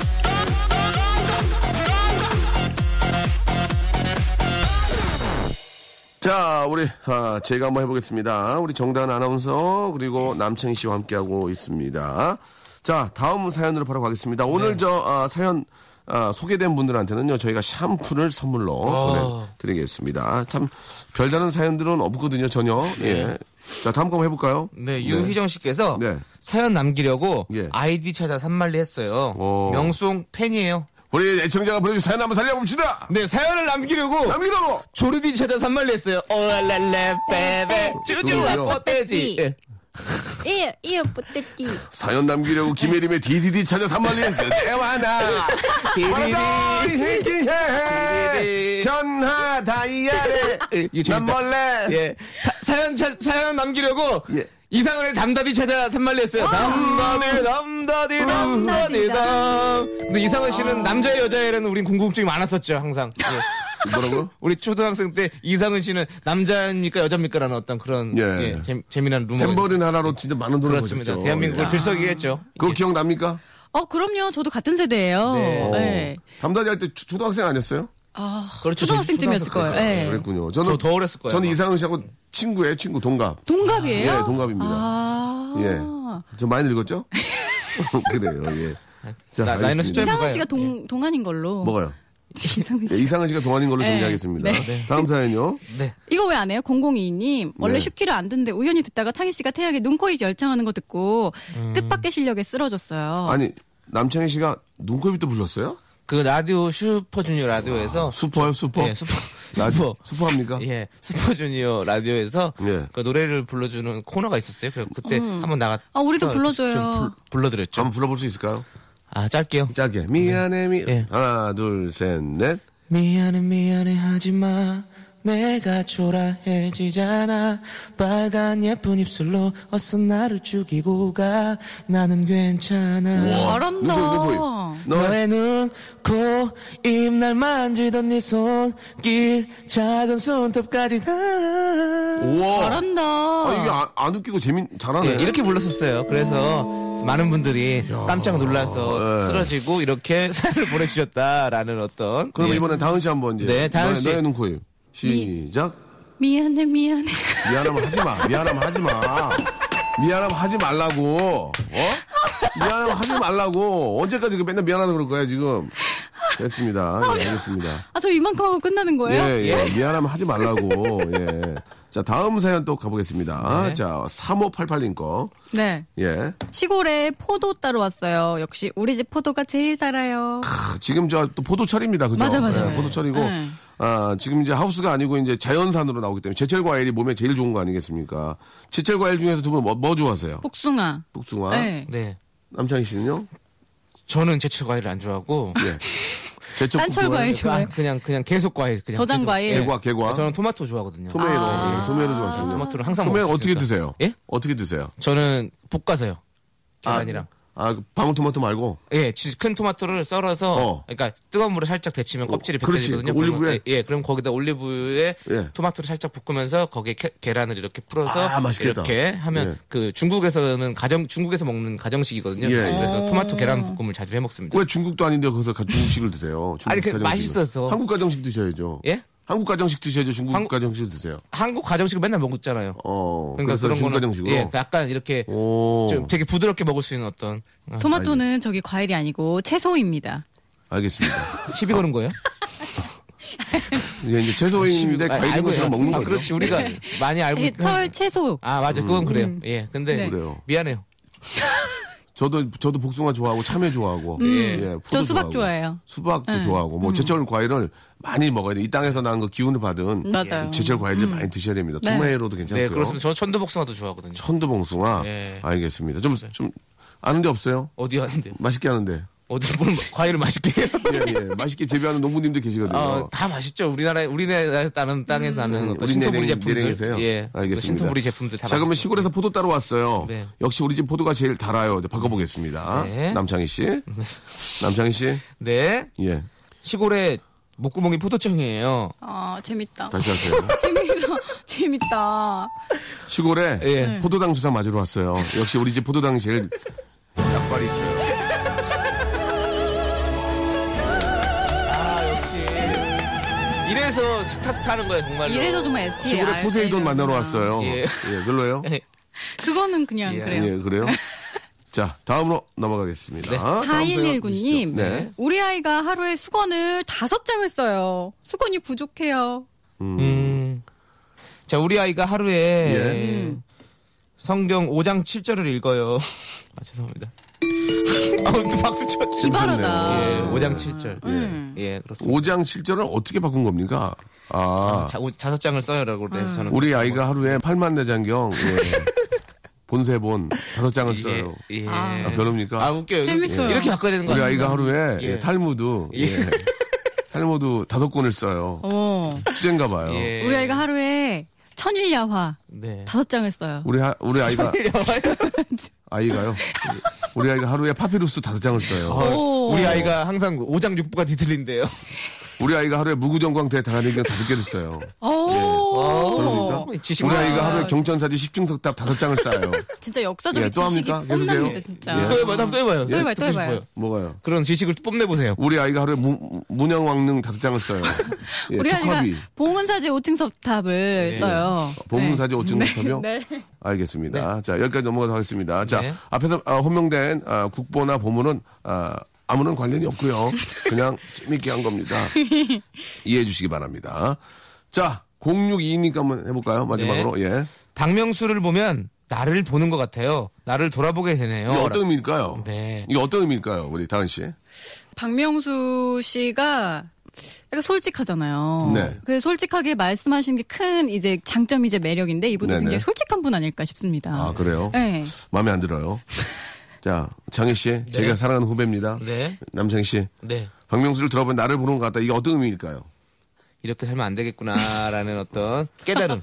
[SPEAKER 3] 자, 우리 아, 제가 한번 해보겠습니다. 우리 정다은 아나운서 그리고 남창희 씨와 함께하고 있습니다. 자, 다음 사연으로 바로 가겠습니다. 오늘 저 아, 사연 아, 소개된 분들한테는요 저희가 샴푸를 선물로 아. 보내드리겠습니다. 참 별다른 사연들은 없거든요 전혀. 예. 자, 다음 거 한번 해볼까요?
[SPEAKER 5] 네, 유희정 씨께서
[SPEAKER 3] 네.
[SPEAKER 5] 사연 남기려고
[SPEAKER 3] 예.
[SPEAKER 5] 아이디 찾아 산말리 했어요.
[SPEAKER 3] 오.
[SPEAKER 5] 명수홍 팬이에요.
[SPEAKER 3] 우리 애청자가 보내준 사연 한번 살려봅시다.
[SPEAKER 5] 네, 사연을 남기려고
[SPEAKER 3] 남기라고.
[SPEAKER 5] 조르디 찾아 산말리 했어요. 오랄랄라 베베
[SPEAKER 3] 어,
[SPEAKER 5] 쭈쭈와
[SPEAKER 3] 누구요?
[SPEAKER 5] 뽀떼지. 예.
[SPEAKER 6] 예, 예, 뽀떼띠.
[SPEAKER 3] 사연 남기려고 김혜림의 DDD 찾아 산말리 대화나
[SPEAKER 5] 아, 디디디.
[SPEAKER 3] 희귀해 전화 다이아래
[SPEAKER 5] 예, 이거 재밌다.
[SPEAKER 3] 난 몰래
[SPEAKER 5] 예. 사, 사연 찾- 사연 남기려고
[SPEAKER 3] 예.
[SPEAKER 5] 이상은의 담다디 찾아 산말리 했어요. 담다디 담다디 담다디 담. 근데 이상은 씨는 남자 여자애라는 우린 궁금증이 많았었죠 항상. 예.
[SPEAKER 3] 뭐라고?
[SPEAKER 5] 우리 초등학생 때 이상은 씨는 남자입니까 여자입니까라는 어떤 그런
[SPEAKER 3] 예.
[SPEAKER 5] 예. 재, 재미난 루머.
[SPEAKER 3] 탬버린 하나로 진짜 많은 돈을
[SPEAKER 5] 그렇습니다.
[SPEAKER 3] 버셨죠. 예.
[SPEAKER 5] 대한민국을 들썩이겠죠.
[SPEAKER 3] 그거 기억납니까? 어.
[SPEAKER 4] 어, 그럼요. 저도 같은 세대예요.
[SPEAKER 5] 네.
[SPEAKER 4] 네.
[SPEAKER 3] 담다디 할 때 초등학생 아니었어요?
[SPEAKER 4] 아,
[SPEAKER 5] 그렇죠.
[SPEAKER 4] 초등학생쯤이었을 거예요. 네.
[SPEAKER 3] 그랬군요. 저는
[SPEAKER 5] 저더 어렸을 거예요,
[SPEAKER 3] 저는
[SPEAKER 5] 아마.
[SPEAKER 3] 이상은 씨하고 친구예요, 친구 동갑.
[SPEAKER 4] 동갑이에요?
[SPEAKER 3] 예, 동갑입니다.
[SPEAKER 4] 아.
[SPEAKER 3] 예. 저 많이 늙었죠? 그래요. 예. 자,
[SPEAKER 5] 나- 나이는
[SPEAKER 3] 알겠습니다.
[SPEAKER 5] 숫자에
[SPEAKER 4] 이상은
[SPEAKER 5] 뭐가요?
[SPEAKER 4] 씨가 동, 동안인 걸로.
[SPEAKER 3] 뭐가요?
[SPEAKER 4] 이상은
[SPEAKER 3] 예,
[SPEAKER 4] 씨.
[SPEAKER 3] 이상은 씨가 동안인 걸로 정리하겠습니다. 다음 사연요.
[SPEAKER 5] 네.
[SPEAKER 4] 이거 왜 안 해요? 002님. 원래
[SPEAKER 3] 네.
[SPEAKER 4] 슈키를 안 듣는데 우연히 듣다가 창희 씨가 태양의 눈코입 열창하는 거 듣고 뜻밖의 실력에 쓰러졌어요.
[SPEAKER 3] 아니 남창희 씨가 눈곱이 또 불렀어요?
[SPEAKER 5] 그 라디오 슈퍼주니어 라디오에서
[SPEAKER 3] 슈퍼요, 슈퍼.
[SPEAKER 5] 예, 슈퍼
[SPEAKER 3] 나-
[SPEAKER 5] 슈퍼
[SPEAKER 3] 슈퍼합니까?
[SPEAKER 5] 예, 슈퍼주니어 라디오에서
[SPEAKER 3] 예.
[SPEAKER 5] 그 노래를 불러주는 코너가 있었어요. 그래서 그때 한번 나갔.
[SPEAKER 4] 아, 우리도 불러줘요.
[SPEAKER 5] 불러드렸죠.
[SPEAKER 3] 한번 불러볼 수 있을까요?
[SPEAKER 5] 아 짧게요.
[SPEAKER 3] 짧게. 미안해, 미.
[SPEAKER 5] 예.
[SPEAKER 3] 하나, 둘, 셋, 넷.
[SPEAKER 5] 미안해 미안해 하지마 내가 초라해지잖아 빨간 예쁜 입술로 어서 나를 죽이고 가 나는 괜찮아
[SPEAKER 4] 잘한다.
[SPEAKER 3] 뭐, 눈보이, 눈보이. 너
[SPEAKER 5] 너의 눈코입날 만지던 네 손길 작은 손톱까지 다
[SPEAKER 3] 우와.
[SPEAKER 4] 잘한다.
[SPEAKER 3] 아, 이게 안, 안 웃기고 재밌, 잘하네.
[SPEAKER 5] 네, 이렇게 불렀었어요. 그래서 많은 분들이 깜짝 놀라서
[SPEAKER 3] 예.
[SPEAKER 5] 쓰러지고 이렇게 사연을 보내주셨다라는 어떤
[SPEAKER 3] 그럼
[SPEAKER 5] 예.
[SPEAKER 3] 이번엔 다은 씨 한번 이제.
[SPEAKER 5] 네, 다은
[SPEAKER 3] 너의-
[SPEAKER 5] 씨.
[SPEAKER 3] 너의 눈코입. 시작.
[SPEAKER 4] 미안해, 미안해.
[SPEAKER 3] 미안하면 하지 마. 미안하면 하지 마. 미안하면 하지 말라고. 어? 미안하면 하지 말라고. 언제까지 그 맨날 미안하다고 그럴 거야, 지금. 됐습니다. 네, 알겠습니다.
[SPEAKER 4] 아, 아, 저 이만큼 하고 끝나는 거예요?
[SPEAKER 3] 예, 예. 미안하면 하지 말라고. 예. 자, 다음 사연 또 가보겠습니다.
[SPEAKER 5] 네.
[SPEAKER 3] 자, 3588님 거.
[SPEAKER 4] 네.
[SPEAKER 3] 예.
[SPEAKER 4] 시골에 포도 따러 왔어요. 역시 우리 집 포도가 제일 달아요.
[SPEAKER 3] 크, 지금 저 또 포도철입니다. 그죠?
[SPEAKER 4] 맞아, 맞아.
[SPEAKER 3] 예, 포도철이고.
[SPEAKER 4] 네.
[SPEAKER 3] 아, 지금 이제 하우스가 아니고 이제 자연산으로 나오기 때문에 제철 과일이 몸에 제일 좋은 거 아니겠습니까? 제철 과일 중에서 두 분 뭐, 뭐 좋아하세요?
[SPEAKER 4] 복숭아.
[SPEAKER 3] 복숭아.
[SPEAKER 4] 네.
[SPEAKER 5] 네.
[SPEAKER 3] 남창희 씨는요?
[SPEAKER 5] 저는 제철 과일을 안 좋아하고
[SPEAKER 3] 예. 제철
[SPEAKER 4] 딴철
[SPEAKER 3] 복숭아.
[SPEAKER 4] 과일 좋아요.
[SPEAKER 5] 그냥 그냥 계속 과일 그냥
[SPEAKER 4] 저장
[SPEAKER 5] 계속.
[SPEAKER 4] 과일.
[SPEAKER 5] 예.
[SPEAKER 3] 개과, 개과.
[SPEAKER 5] 저는 토마토 좋아하거든요.
[SPEAKER 3] 토메이로. 예, 토메이로 좋아하시네요.
[SPEAKER 5] 토마토를 항상
[SPEAKER 3] 토메이
[SPEAKER 5] 먹을 수
[SPEAKER 3] 어떻게
[SPEAKER 5] 있으니까.
[SPEAKER 3] 드세요?
[SPEAKER 5] 예?
[SPEAKER 3] 어떻게 드세요?
[SPEAKER 5] 저는 볶아서요. 계란이랑.
[SPEAKER 3] 아, 그 방울토마토 말고.
[SPEAKER 5] 예, 지- 큰 토마토를 썰어서
[SPEAKER 3] 어.
[SPEAKER 5] 그러니까 뜨거운 물에 살짝 데치면 껍질이
[SPEAKER 3] 그렇지.
[SPEAKER 5] 벗겨지거든요.
[SPEAKER 3] 그 올리브유에.
[SPEAKER 5] 그러면- 예, 그럼 거기다 올리브유에
[SPEAKER 3] 예.
[SPEAKER 5] 토마토를 살짝 볶으면서 거기에 캐- 계란을 이렇게 풀어서
[SPEAKER 3] 아, 맛있겠다.
[SPEAKER 5] 이렇게 하면
[SPEAKER 3] 예.
[SPEAKER 5] 그 중국에서는 가정 중국에서 먹는 가정식이거든요.
[SPEAKER 3] 예, 예.
[SPEAKER 5] 그래서
[SPEAKER 4] 아.
[SPEAKER 5] 토마토 계란 볶음을 자주 해 먹습니다.
[SPEAKER 3] 왜 중국도 아닌데 거기서 가- 중국식을 드세요? 중국
[SPEAKER 5] 아니, 그
[SPEAKER 3] 가정식을.
[SPEAKER 5] 맛있어서.
[SPEAKER 3] 한국 가정식 드셔야죠.
[SPEAKER 5] 예?
[SPEAKER 3] 한국 가정식 드셔야죠. 중국
[SPEAKER 5] 한국-
[SPEAKER 3] 가정식 드세요.
[SPEAKER 5] 한국 가정식을 맨날 먹잖아요.
[SPEAKER 3] 어.
[SPEAKER 5] 그러니까
[SPEAKER 3] 그래서
[SPEAKER 5] 그런
[SPEAKER 3] 중국
[SPEAKER 5] 거는
[SPEAKER 3] 가정식으로. 어.
[SPEAKER 5] 예, 약간 이렇게
[SPEAKER 3] 오.
[SPEAKER 5] 좀 되게 부드럽게 먹을 수 있는 어떤 어,
[SPEAKER 4] 토마토는 저기 과일이 아니고 채소입니다.
[SPEAKER 3] 알겠습니다.
[SPEAKER 5] 시비 거는 거예요?
[SPEAKER 3] 예, 이게 이제 채소인데
[SPEAKER 5] 아니,
[SPEAKER 3] 과일인
[SPEAKER 5] 알고
[SPEAKER 3] 것처럼
[SPEAKER 5] 있-
[SPEAKER 3] 먹는
[SPEAKER 5] 아,
[SPEAKER 3] 거죠. 네. 음.
[SPEAKER 5] 그렇지 우리가 많이 알고 있긴
[SPEAKER 4] 제철
[SPEAKER 5] 한데.
[SPEAKER 4] 채소.
[SPEAKER 5] 아 맞아 그건 그래요. 예, 근데
[SPEAKER 4] 네.
[SPEAKER 3] 그래요.
[SPEAKER 5] 미안해요.
[SPEAKER 3] 저도 저도 복숭아 좋아하고 참외 좋아하고.
[SPEAKER 5] 음. 네.
[SPEAKER 3] 예, 포도
[SPEAKER 4] 저 수박
[SPEAKER 3] 좋아하고,
[SPEAKER 4] 좋아해요. 음.
[SPEAKER 3] 수박도 좋아하고 뭐 제철 과일을 많이 먹어야 돼. 이 땅에서 나온 거 기운을 받은
[SPEAKER 4] 맞아요.
[SPEAKER 3] 제철 과일들 예, 많이 드셔야 됩니다.
[SPEAKER 4] 음. 네.
[SPEAKER 3] 투메이로도 괜찮고요.
[SPEAKER 5] 네 그렇습니다. 저 천도복숭아도 좋아하거든요.
[SPEAKER 3] 천두봉숭아.
[SPEAKER 5] 예.
[SPEAKER 3] 알겠습니다. 좀 좀 아는 데 없어요?
[SPEAKER 5] 어디 하는데?
[SPEAKER 3] 맛있게 하는데.
[SPEAKER 5] 어디 네. 뭘 과일을 맛있게 해요?
[SPEAKER 3] 예, 예. 맛있게 재배하는 농부님들 계시거든요.
[SPEAKER 5] 어, 다 맛있죠. 우리나라 우리나라 다른 땅에서 나는 음, 어떤
[SPEAKER 3] 우리
[SPEAKER 5] 신토부리
[SPEAKER 3] 내냉-
[SPEAKER 5] 제품들.
[SPEAKER 3] 내냉에서요?
[SPEAKER 5] 예.
[SPEAKER 3] 알겠습니다.
[SPEAKER 5] 신토부리 제품들 다
[SPEAKER 3] 자, 그러면
[SPEAKER 5] 맛있죠.
[SPEAKER 3] 시골에서 포도 따러 왔어요.
[SPEAKER 5] 네.
[SPEAKER 3] 역시 우리 집 포도가 제일 달아요. 이제 바꿔보겠습니다.
[SPEAKER 5] 네.
[SPEAKER 3] 남창희 씨. 남창희 씨.
[SPEAKER 5] 네.
[SPEAKER 3] 예.
[SPEAKER 5] 시골에 목구멍이 포도청이에요.
[SPEAKER 4] 아, 재밌다.
[SPEAKER 3] 다시 하세요.
[SPEAKER 4] 재밌다. 재밌다.
[SPEAKER 3] 시골에
[SPEAKER 5] 예.
[SPEAKER 3] 포도당 주사 맞으러 왔어요. 역시 우리 집 포도당이 제일 약발이 있어요.
[SPEAKER 4] 예,
[SPEAKER 5] 이래서 스타 스타 하는 거예요, 정말로.
[SPEAKER 4] 이래서 정말 ST.
[SPEAKER 3] 시골에 아, 포세이돈 만나러 왔어요.
[SPEAKER 5] 예.
[SPEAKER 3] 예. 별로예요?
[SPEAKER 5] 예.
[SPEAKER 4] 아, 그거는 그냥
[SPEAKER 5] 예.
[SPEAKER 4] 그래요.
[SPEAKER 3] 예, 그래요? 자, 다음으로
[SPEAKER 5] 네.
[SPEAKER 3] 넘어가겠습니다. 아, 다음 사연
[SPEAKER 4] 4119님,
[SPEAKER 3] 보시죠. 네.
[SPEAKER 4] 우리 아이가 하루에 수건을 다섯 장을 써요. 수건이 부족해요.
[SPEAKER 5] 음. 자, 우리 아이가 하루에
[SPEAKER 3] 예.
[SPEAKER 5] 성경 5장 7절을 읽어요. 아, 죄송합니다. 아, 또 박수 쳤지.
[SPEAKER 4] 기발하다.
[SPEAKER 5] 예, 5장 7절.
[SPEAKER 4] 음.
[SPEAKER 5] 예, 그렇습니다.
[SPEAKER 3] 5장 7절은 어떻게 바꾼 겁니까? 아,
[SPEAKER 5] 자, 오- 다섯 장을 써요라고 그래서 저는
[SPEAKER 3] 우리 아이가 하루에 8만 내장경, 예. 본세본 다섯 장을
[SPEAKER 5] 예,
[SPEAKER 3] 써요.
[SPEAKER 5] 예.
[SPEAKER 3] 아, 별로입니까?
[SPEAKER 5] 아, 웃겨요.
[SPEAKER 4] 재밌어요.
[SPEAKER 5] 이렇게 바꿔야 되는 거
[SPEAKER 3] 우리
[SPEAKER 5] 같습니다.
[SPEAKER 3] 아이가 하루에
[SPEAKER 5] 예.
[SPEAKER 3] 예, 탈무드, 예. 탈무드 다섯 권을 써요.
[SPEAKER 4] 어.
[SPEAKER 3] 수제인가 봐요.
[SPEAKER 5] 예.
[SPEAKER 4] 우리 아이가 하루에 천일야화
[SPEAKER 5] 네.
[SPEAKER 4] 다섯 장을 써요.
[SPEAKER 3] 우리 하, 우리 아이가 아이가요. 우리 아이가 하루에 파피루스 다섯 장을 써요.
[SPEAKER 4] 오.
[SPEAKER 5] 우리 아이가 항상 5장 6부가 뒤틀린대요.
[SPEAKER 3] 우리 아이가 하루에 무구정광태 다가니경 다섯 개를 써요.
[SPEAKER 4] 어.
[SPEAKER 3] 아,
[SPEAKER 4] 오.
[SPEAKER 5] 그러니까. 지식
[SPEAKER 3] 우리
[SPEAKER 5] 많아요.
[SPEAKER 3] 아이가 하루에 경전사지 십중석답 다섯 장을 쌓아요.
[SPEAKER 4] 진짜
[SPEAKER 3] 예,
[SPEAKER 4] 역사적인
[SPEAKER 3] 또
[SPEAKER 4] 지식이
[SPEAKER 3] 합니까? 계속해요?
[SPEAKER 4] 뽐납니다, 진짜.
[SPEAKER 3] 예.
[SPEAKER 5] 아. 또 해봐요. 다음 또 해봐요.
[SPEAKER 4] 또 해봐요, 또
[SPEAKER 5] 듣고
[SPEAKER 4] 해봐요.
[SPEAKER 5] 싶어요.
[SPEAKER 3] 뭐가요?
[SPEAKER 5] 그런 지식을 뽐내보세요.
[SPEAKER 3] 우리 아이가 하루에 무, 문양왕릉 다섯 장을 써요. 예,
[SPEAKER 4] 우리 아이가
[SPEAKER 3] 촉합이.
[SPEAKER 4] 봉은사지 5층 섭탑을 써요.
[SPEAKER 3] 아, 보문사지 오층
[SPEAKER 4] 네.
[SPEAKER 3] 섭탑이요?
[SPEAKER 4] 네.
[SPEAKER 3] 알겠습니다. 자, 여기까지 넘어가도록 하겠습니다. 자,
[SPEAKER 5] 네.
[SPEAKER 3] 앞에서 아, 호명된 아, 국보나 보물은 아, 아무런 관련이 없고요. 그냥 재밌게 한 겁니다. 이해해 주시기 바랍니다. 자, 062니까 한번 해볼까요? 마지막으로. 예.
[SPEAKER 5] 박명수를 보면 나를 보는 것 같아요. 나를 돌아보게 되네요.
[SPEAKER 3] 이게 어떤 의미일까요?
[SPEAKER 5] 네.
[SPEAKER 3] 이게 어떤 의미일까요? 우리 다은 씨.
[SPEAKER 4] 박명수 씨가 약간 솔직하잖아요.
[SPEAKER 3] 네.
[SPEAKER 4] 그 솔직하게 말씀하시는 게 큰 이제 장점이 이제 매력인데 이분은
[SPEAKER 3] 네네.
[SPEAKER 4] 굉장히 솔직한 분 아닐까 싶습니다.
[SPEAKER 3] 아, 그래요?
[SPEAKER 4] 네.
[SPEAKER 3] 마음에 안 들어요. 자, 장희 씨, 제가 사랑하는 후배입니다.
[SPEAKER 5] 네.
[SPEAKER 3] 남창희 씨,
[SPEAKER 5] 네.
[SPEAKER 3] 박명수를 들어보면 나를 보는 것 같다. 이게 어떤 의미일까요?
[SPEAKER 5] 이렇게 살면 안 되겠구나라는 어떤 깨달음.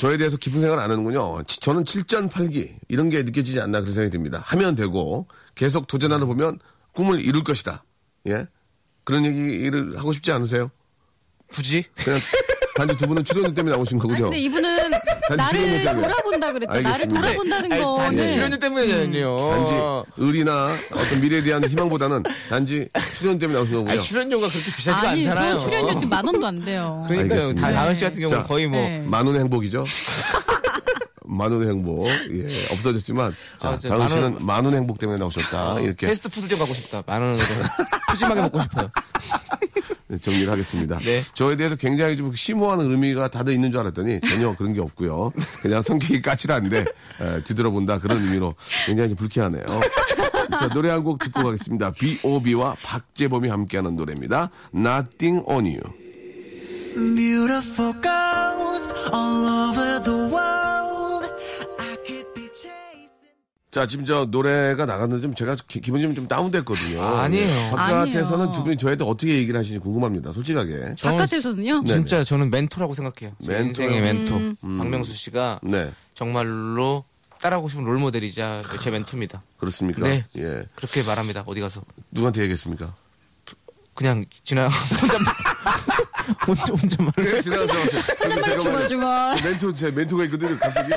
[SPEAKER 3] 저에 대해서 깊은 생각을 안 하는군요. 지- 저는 7전 8기 이런 게 느껴지지 않나 그런 생각이 듭니다. 하면 되고 계속 도전하다 보면 꿈을 이룰 것이다. 예? 그런 얘기를 하고 싶지 않으세요?
[SPEAKER 5] 굳이?
[SPEAKER 3] 그냥 단지 두 분은 출연료 때문에 나오신 거군요.
[SPEAKER 4] 근데 이분은 나를
[SPEAKER 3] 출연료 때문에.
[SPEAKER 4] 돌아본다 그랬죠. 나를
[SPEAKER 3] 알겠습니다.
[SPEAKER 4] 돌아본다는
[SPEAKER 5] 네. 아니,
[SPEAKER 4] 거는
[SPEAKER 5] 단지 출연료 때문이잖아요.
[SPEAKER 3] 단지 의리나 어떤 미래에 대한 희망보다는 단지 출연 때문에 나오신 거군요.
[SPEAKER 5] 아니, 출연료가 그렇게 비싸지가
[SPEAKER 4] 아니,
[SPEAKER 5] 않잖아요.
[SPEAKER 4] 저 출연료 지금 만 원도 안 돼요.
[SPEAKER 5] 그러니까요.
[SPEAKER 3] 알겠습니다.
[SPEAKER 5] 다, 다은 씨 같은 경우는
[SPEAKER 3] 자.
[SPEAKER 5] 거의 뭐.
[SPEAKER 4] 네.
[SPEAKER 3] 만원의 행복이죠. 만원의 행복. 예, 없어졌지만. 자,
[SPEAKER 5] 아, 진짜
[SPEAKER 3] 다은
[SPEAKER 5] 만
[SPEAKER 3] 씨는 만원의 행복 때문에 나오셨다. 아, 이렇게.
[SPEAKER 5] 패스트푸드점 가고 싶다. 만 원으로. 푸짐하게 먹고 싶어요.
[SPEAKER 3] 네, 정리를 하겠습니다.
[SPEAKER 5] 네.
[SPEAKER 3] 저에 대해서 굉장히 좀 심오한 의미가 다들 있는 줄 알았더니 전혀 그런 게 없고요. 그냥 성격이 까칠한데 에, 뒤돌아본다 그런 의미로 굉장히 좀 불쾌하네요. 자, 노래 한 곡 듣고 가겠습니다. B.O.B.와 박재범이 함께하는 노래입니다. Nothing on you.
[SPEAKER 7] beautiful girls all over the world. I could be chasing.
[SPEAKER 3] 자, 지금 저 노래가 나갔는데 좀 제가 기, 분이 좀, 좀 다운됐거든요.
[SPEAKER 5] 아니에요.
[SPEAKER 3] 예. 바깥에서는
[SPEAKER 4] 아니에요.
[SPEAKER 3] 두 분이 저한테 어떻게 얘기를 하시는지 궁금합니다. 솔직하게.
[SPEAKER 5] 저는
[SPEAKER 4] 바깥에서는요.
[SPEAKER 3] 네.
[SPEAKER 5] 진짜 저는 멘토라고 생각해요. 제
[SPEAKER 3] 멘토요? 음.
[SPEAKER 5] 인생의 멘토. 박명수 씨가
[SPEAKER 3] 네.
[SPEAKER 5] 정말로 따라하고 싶은 롤모델이자 제 멘토입니다.
[SPEAKER 3] 그렇습니까?
[SPEAKER 5] 네.
[SPEAKER 3] 예.
[SPEAKER 5] 그렇게 말합니다. 어디 가서.
[SPEAKER 3] 누구한테 얘기했습니까?
[SPEAKER 5] 그냥 지나 혼자 혼자 말.
[SPEAKER 3] 내가 지나가서 잠깐만요.
[SPEAKER 4] 주말주말.
[SPEAKER 3] 멘토 제 멘토가 있거든요. 갑자기.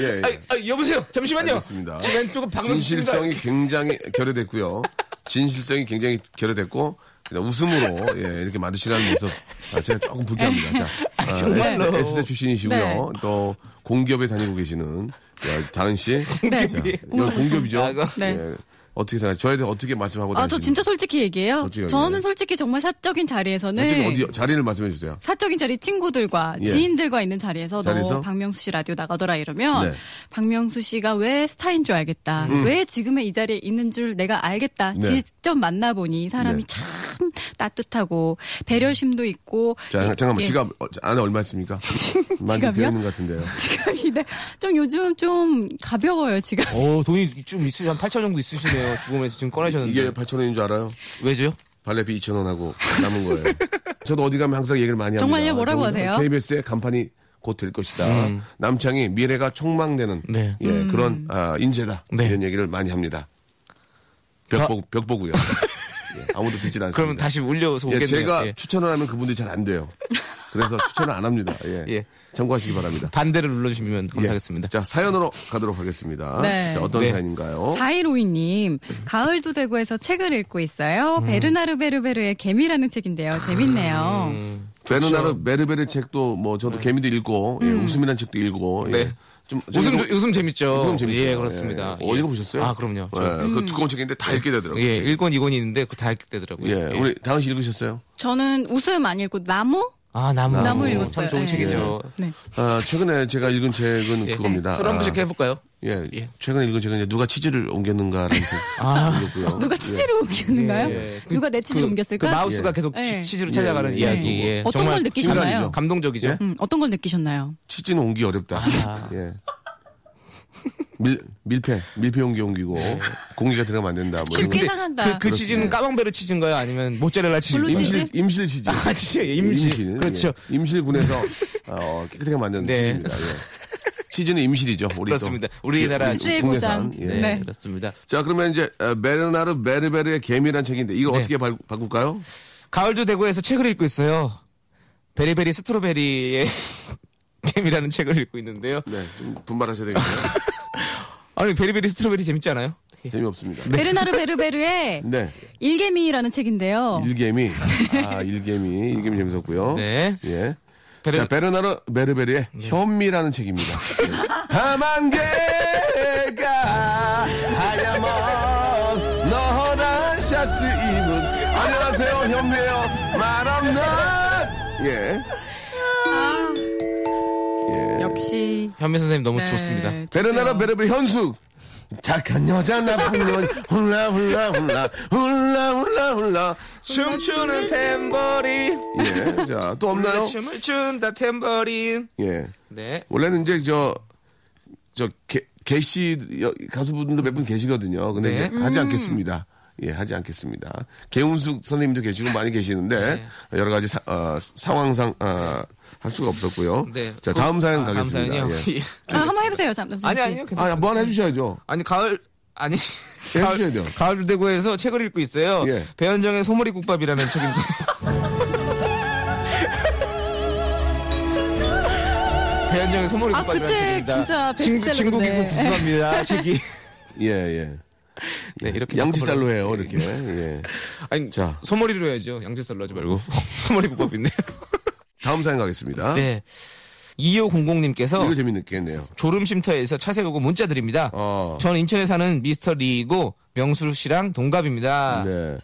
[SPEAKER 3] 예. 예.
[SPEAKER 5] 아, 여보세요. 잠시만요.
[SPEAKER 3] 알겠습니다.
[SPEAKER 5] 제 멘토가 박명수 씨입니다.
[SPEAKER 3] 진실성이 굉장히 결여됐고요. 진실성이 굉장히 결여됐고 그냥 웃음으로 예, 이렇게 만드시라는 모습 아, 제가 조금 불쾌합니다. 자, 아,
[SPEAKER 5] 정말로.
[SPEAKER 3] 에스- 에스대 출신이시고요.
[SPEAKER 4] 네.
[SPEAKER 3] 또 공기업에 다니고 계시는 야, 다은 씨.
[SPEAKER 4] 네.
[SPEAKER 3] 자, 여기 공기업이죠.
[SPEAKER 5] 아이고.
[SPEAKER 4] 네.
[SPEAKER 3] 예, 어떻게 생각? 저한테 어떻게 말씀하고
[SPEAKER 4] 아, 저
[SPEAKER 3] 다니십니까?
[SPEAKER 4] 진짜 솔직히 얘기해요.
[SPEAKER 3] 솔직하게.
[SPEAKER 4] 저는 솔직히 정말 사적인
[SPEAKER 3] 솔직히
[SPEAKER 4] 자리에서는
[SPEAKER 3] 아, 어디 자리를 말씀해 주세요.
[SPEAKER 4] 사적인 자리 친구들과
[SPEAKER 3] 예.
[SPEAKER 4] 지인들과 있는 자리에서
[SPEAKER 3] 자리에서?
[SPEAKER 4] 너 박명수 씨 라디오 나가더라 이러면
[SPEAKER 3] 네. 음.
[SPEAKER 4] 박명수 씨가 왜 스타인 줄 알겠다. 왜 지금의 이 자리에 있는 줄 내가 알겠다.
[SPEAKER 3] 네.
[SPEAKER 4] 직접 만나보니 이 사람이
[SPEAKER 3] 네.
[SPEAKER 4] 참 따뜻하고 배려심도 있고
[SPEAKER 3] 자,
[SPEAKER 4] 예,
[SPEAKER 3] 잠깐만
[SPEAKER 4] 예.
[SPEAKER 3] 지갑 어, 안에 얼마 있습니까? 많이
[SPEAKER 4] 지갑이요?
[SPEAKER 3] 비어 있는 것 같은데요.
[SPEAKER 4] 지갑인데 좀 요즘 좀 가벼워요 지갑.
[SPEAKER 5] 오, 어, 돈이 좀 있으시 한 8천 정도 있으시네요. 죽음에서 지금 꺼내셨는데.
[SPEAKER 3] 이게 8천 원인 줄 알아요?
[SPEAKER 5] 왜죠?
[SPEAKER 3] 발레비 2천 원하고 남은 거예요. 저도 어디 가면 항상 얘기를 많이 합니다.
[SPEAKER 4] 정말요? 뭐라고
[SPEAKER 3] 저는
[SPEAKER 4] 하세요?
[SPEAKER 3] KBS의 간판이 곧 될 것이다. 남창이 미래가 촉망되는
[SPEAKER 5] 음. 네.
[SPEAKER 3] 예,
[SPEAKER 4] 음.
[SPEAKER 3] 그런 아, 인재다.
[SPEAKER 5] 네.
[SPEAKER 3] 이런 얘기를 많이 합니다. 벽보 벽보고요. 예, 아무도 듣질 않습니다.
[SPEAKER 5] 그러면 다시 울려서
[SPEAKER 3] 예,
[SPEAKER 5] 오겠네요.
[SPEAKER 3] 제가
[SPEAKER 5] 예.
[SPEAKER 3] 추천을 하면 그분들이 잘 안 돼요. 그래서 추천을 안 합니다. 예.
[SPEAKER 5] 예.
[SPEAKER 3] 참고하시기 바랍니다.
[SPEAKER 5] 반대를 눌러주시면 감사하겠습니다.
[SPEAKER 3] 예. 자 사연으로 가도록 하겠습니다.
[SPEAKER 4] 네.
[SPEAKER 3] 자, 어떤
[SPEAKER 5] 네.
[SPEAKER 3] 사연인가요?
[SPEAKER 4] 4152님, 가을도 대구에서 책을 읽고 있어요. 베르나르 베르베르의 개미라는 책인데요. 재밌네요.
[SPEAKER 5] 그렇죠.
[SPEAKER 3] 베르나르 메르베르 책도 뭐 저도 개미도 읽고 예, 웃음이라는 책도 읽고 예.
[SPEAKER 5] 네.
[SPEAKER 3] 좀, 좀
[SPEAKER 5] 웃음,
[SPEAKER 3] 읽어-
[SPEAKER 5] 웃음 재밌죠?
[SPEAKER 3] 그럼 재밌어요.
[SPEAKER 5] 예, 그렇습니다.
[SPEAKER 3] 예. 어, 읽어보셨어요?
[SPEAKER 5] 아, 그럼요.
[SPEAKER 3] 예,
[SPEAKER 5] 저-
[SPEAKER 3] 그 두꺼운 책인데 다 읽게 되더라고요.
[SPEAKER 5] 예,
[SPEAKER 3] 예,
[SPEAKER 5] 1권, 2권이 있는데 그거 다 읽게 되더라고요. 예.
[SPEAKER 3] 우리 다은 씨 읽으셨어요?
[SPEAKER 4] 저는 웃음 안 읽고 나무?
[SPEAKER 5] 아, 나무.
[SPEAKER 4] 나무 읽었어요.
[SPEAKER 5] 참 좋은
[SPEAKER 4] 예.
[SPEAKER 5] 책이죠.
[SPEAKER 4] 네.
[SPEAKER 3] 아, 최근에 제가 읽은 책은 예. 그겁니다.
[SPEAKER 5] 서로 예. 한 번씩
[SPEAKER 3] 아,
[SPEAKER 5] 해볼까요?
[SPEAKER 3] 예,
[SPEAKER 5] 예. 아.
[SPEAKER 3] 최근에 읽은 책은 이제 누가 치즈를 옮겼는가라는 책 읽었고요.
[SPEAKER 4] 네. 누가 치즈를 옮겼는가요?
[SPEAKER 5] 예.
[SPEAKER 4] 누가 내 아. 치즈를
[SPEAKER 5] 그-
[SPEAKER 4] 옮겼을까?
[SPEAKER 5] 그 마우스가 계속
[SPEAKER 4] 예.
[SPEAKER 5] 치- 치즈를 찾아가는
[SPEAKER 3] 예.
[SPEAKER 5] 이야기.
[SPEAKER 3] 예.
[SPEAKER 5] 예.
[SPEAKER 4] 어떤
[SPEAKER 5] 정말
[SPEAKER 4] 걸 느끼셨나요?
[SPEAKER 5] 신간이죠. 감동적이죠.
[SPEAKER 4] 음, 어떤 걸 느끼셨나요?
[SPEAKER 3] 치즈는 옮기 어렵다.
[SPEAKER 5] 아.
[SPEAKER 3] 예. 밀, 밀폐, 밀폐 용기 옮기고 공기가 들어가면 안 된다. 뭐 이런
[SPEAKER 4] 그렇게
[SPEAKER 3] 거.
[SPEAKER 4] 상한다.
[SPEAKER 5] 네. 그, 그 치즈는 까망베르 치즈인가요? 아니면 모짜렐라 치즈?
[SPEAKER 4] 예, 블루 치즈?
[SPEAKER 3] 임실, 임실 치즈.
[SPEAKER 5] 아, 치즈. 임실. 그렇죠.
[SPEAKER 3] 예. 임실군에서 어, 깨끗하게 만든
[SPEAKER 5] 네.
[SPEAKER 3] 치즈입니다. 예. 치즈는 임실이죠. 우리 또.
[SPEAKER 5] 그렇습니다. 우리나라
[SPEAKER 3] 예,
[SPEAKER 4] 치즈의
[SPEAKER 3] 국내산.
[SPEAKER 4] 고장.
[SPEAKER 3] 예.
[SPEAKER 5] 네,
[SPEAKER 4] 네.
[SPEAKER 5] 그렇습니다.
[SPEAKER 3] 자 그러면 이제 어, 베르나르 베르베르의 개미란 책인데
[SPEAKER 5] 네.
[SPEAKER 3] 이거 어떻게 발- 바꿀까요?
[SPEAKER 5] 가을도 대구에서 책을 읽고 있어요. 베리베리 스트로베리의 게임이라는 책을 읽고 있는데요.
[SPEAKER 3] 네, 좀 분발하셔야 되겠네요.
[SPEAKER 5] 아니 베리베리 스트로베리 재밌지 않아요?
[SPEAKER 3] 재미없습니다.
[SPEAKER 5] 네.
[SPEAKER 4] 베르나르 베르베르의
[SPEAKER 3] 네,
[SPEAKER 4] 일개미라는 책인데요.
[SPEAKER 3] 일개미, 아 일개미, 일개미 재밌었고요.
[SPEAKER 5] 어. 네.
[SPEAKER 3] 예.
[SPEAKER 5] 베르- 네.
[SPEAKER 3] 자, 베르나르 베르베르의 현미라는 책입니다. 밤안개가 하얀먼 너란 샤스 입은 안녕하세요 현미예요 말없나 예.
[SPEAKER 4] 역시.
[SPEAKER 5] 현미 선생님 너무
[SPEAKER 4] 네,
[SPEAKER 5] 좋습니다.
[SPEAKER 3] 베르나라 베르베 현숙 착한 여자 나쁜 여 훌라 훌라 훌라 훌라 훌라 훌라
[SPEAKER 5] 춤추는 탬버린
[SPEAKER 3] 예자 또 없나요
[SPEAKER 5] 춤을 춘다 탬버린
[SPEAKER 3] 예
[SPEAKER 5] 네.
[SPEAKER 3] 원래는 이제 저 저 개시 가수분도 몇 분 계시거든요 근데
[SPEAKER 5] 네.
[SPEAKER 3] 이제 하지 않겠습니다 예 하지 않겠습니다 개운숙 선생님도 계시고 많이 계시는데
[SPEAKER 5] 네.
[SPEAKER 3] 여러 가지 사- 어, 상황상 어, 할 수가 없었고요
[SPEAKER 5] 네.
[SPEAKER 3] 자 다음 사연
[SPEAKER 5] 아, 다음
[SPEAKER 3] 가겠습니다
[SPEAKER 5] 사연이요.
[SPEAKER 3] 예.
[SPEAKER 5] 예.
[SPEAKER 4] 아, 한번 해보세요. 잠, 잠시.
[SPEAKER 5] 아니 아니요. 괜찮아요.
[SPEAKER 3] 아뭐 하나 해주셔야죠
[SPEAKER 5] 아니 가을 아니
[SPEAKER 3] 예, 해주셔야 돼요
[SPEAKER 5] 가을 대구에서 책을 읽고 있어요.
[SPEAKER 3] 예.
[SPEAKER 5] 배현정의 소머리 국밥이라는 책인데. 배현정의 소머리
[SPEAKER 4] 아, 그
[SPEAKER 5] 국밥이라는
[SPEAKER 4] 책
[SPEAKER 5] 책입니다.
[SPEAKER 4] 진짜
[SPEAKER 5] 친구
[SPEAKER 4] 베스트셀러인데.
[SPEAKER 5] 친구 기구 부수합니다. 책이.
[SPEAKER 3] 예 예.
[SPEAKER 5] 네, 이렇게
[SPEAKER 3] 양지살로 해요, 이렇게. 예.
[SPEAKER 5] 아니
[SPEAKER 3] 자.
[SPEAKER 5] 자 소머리로 해야죠. 양지살로 하지 말고 소머리 국밥인데.
[SPEAKER 3] 다음 사연 가겠습니다.
[SPEAKER 5] 네. 2500님께서
[SPEAKER 3] 이거 재밌겠네요.
[SPEAKER 5] 졸음쉼터에서 차 세우고 문자 드립니다.
[SPEAKER 3] 어.
[SPEAKER 5] 전 인천에 사는
[SPEAKER 4] 네.
[SPEAKER 5] 미스터 리이고 명수 씨랑 동갑입니다.
[SPEAKER 3] 네.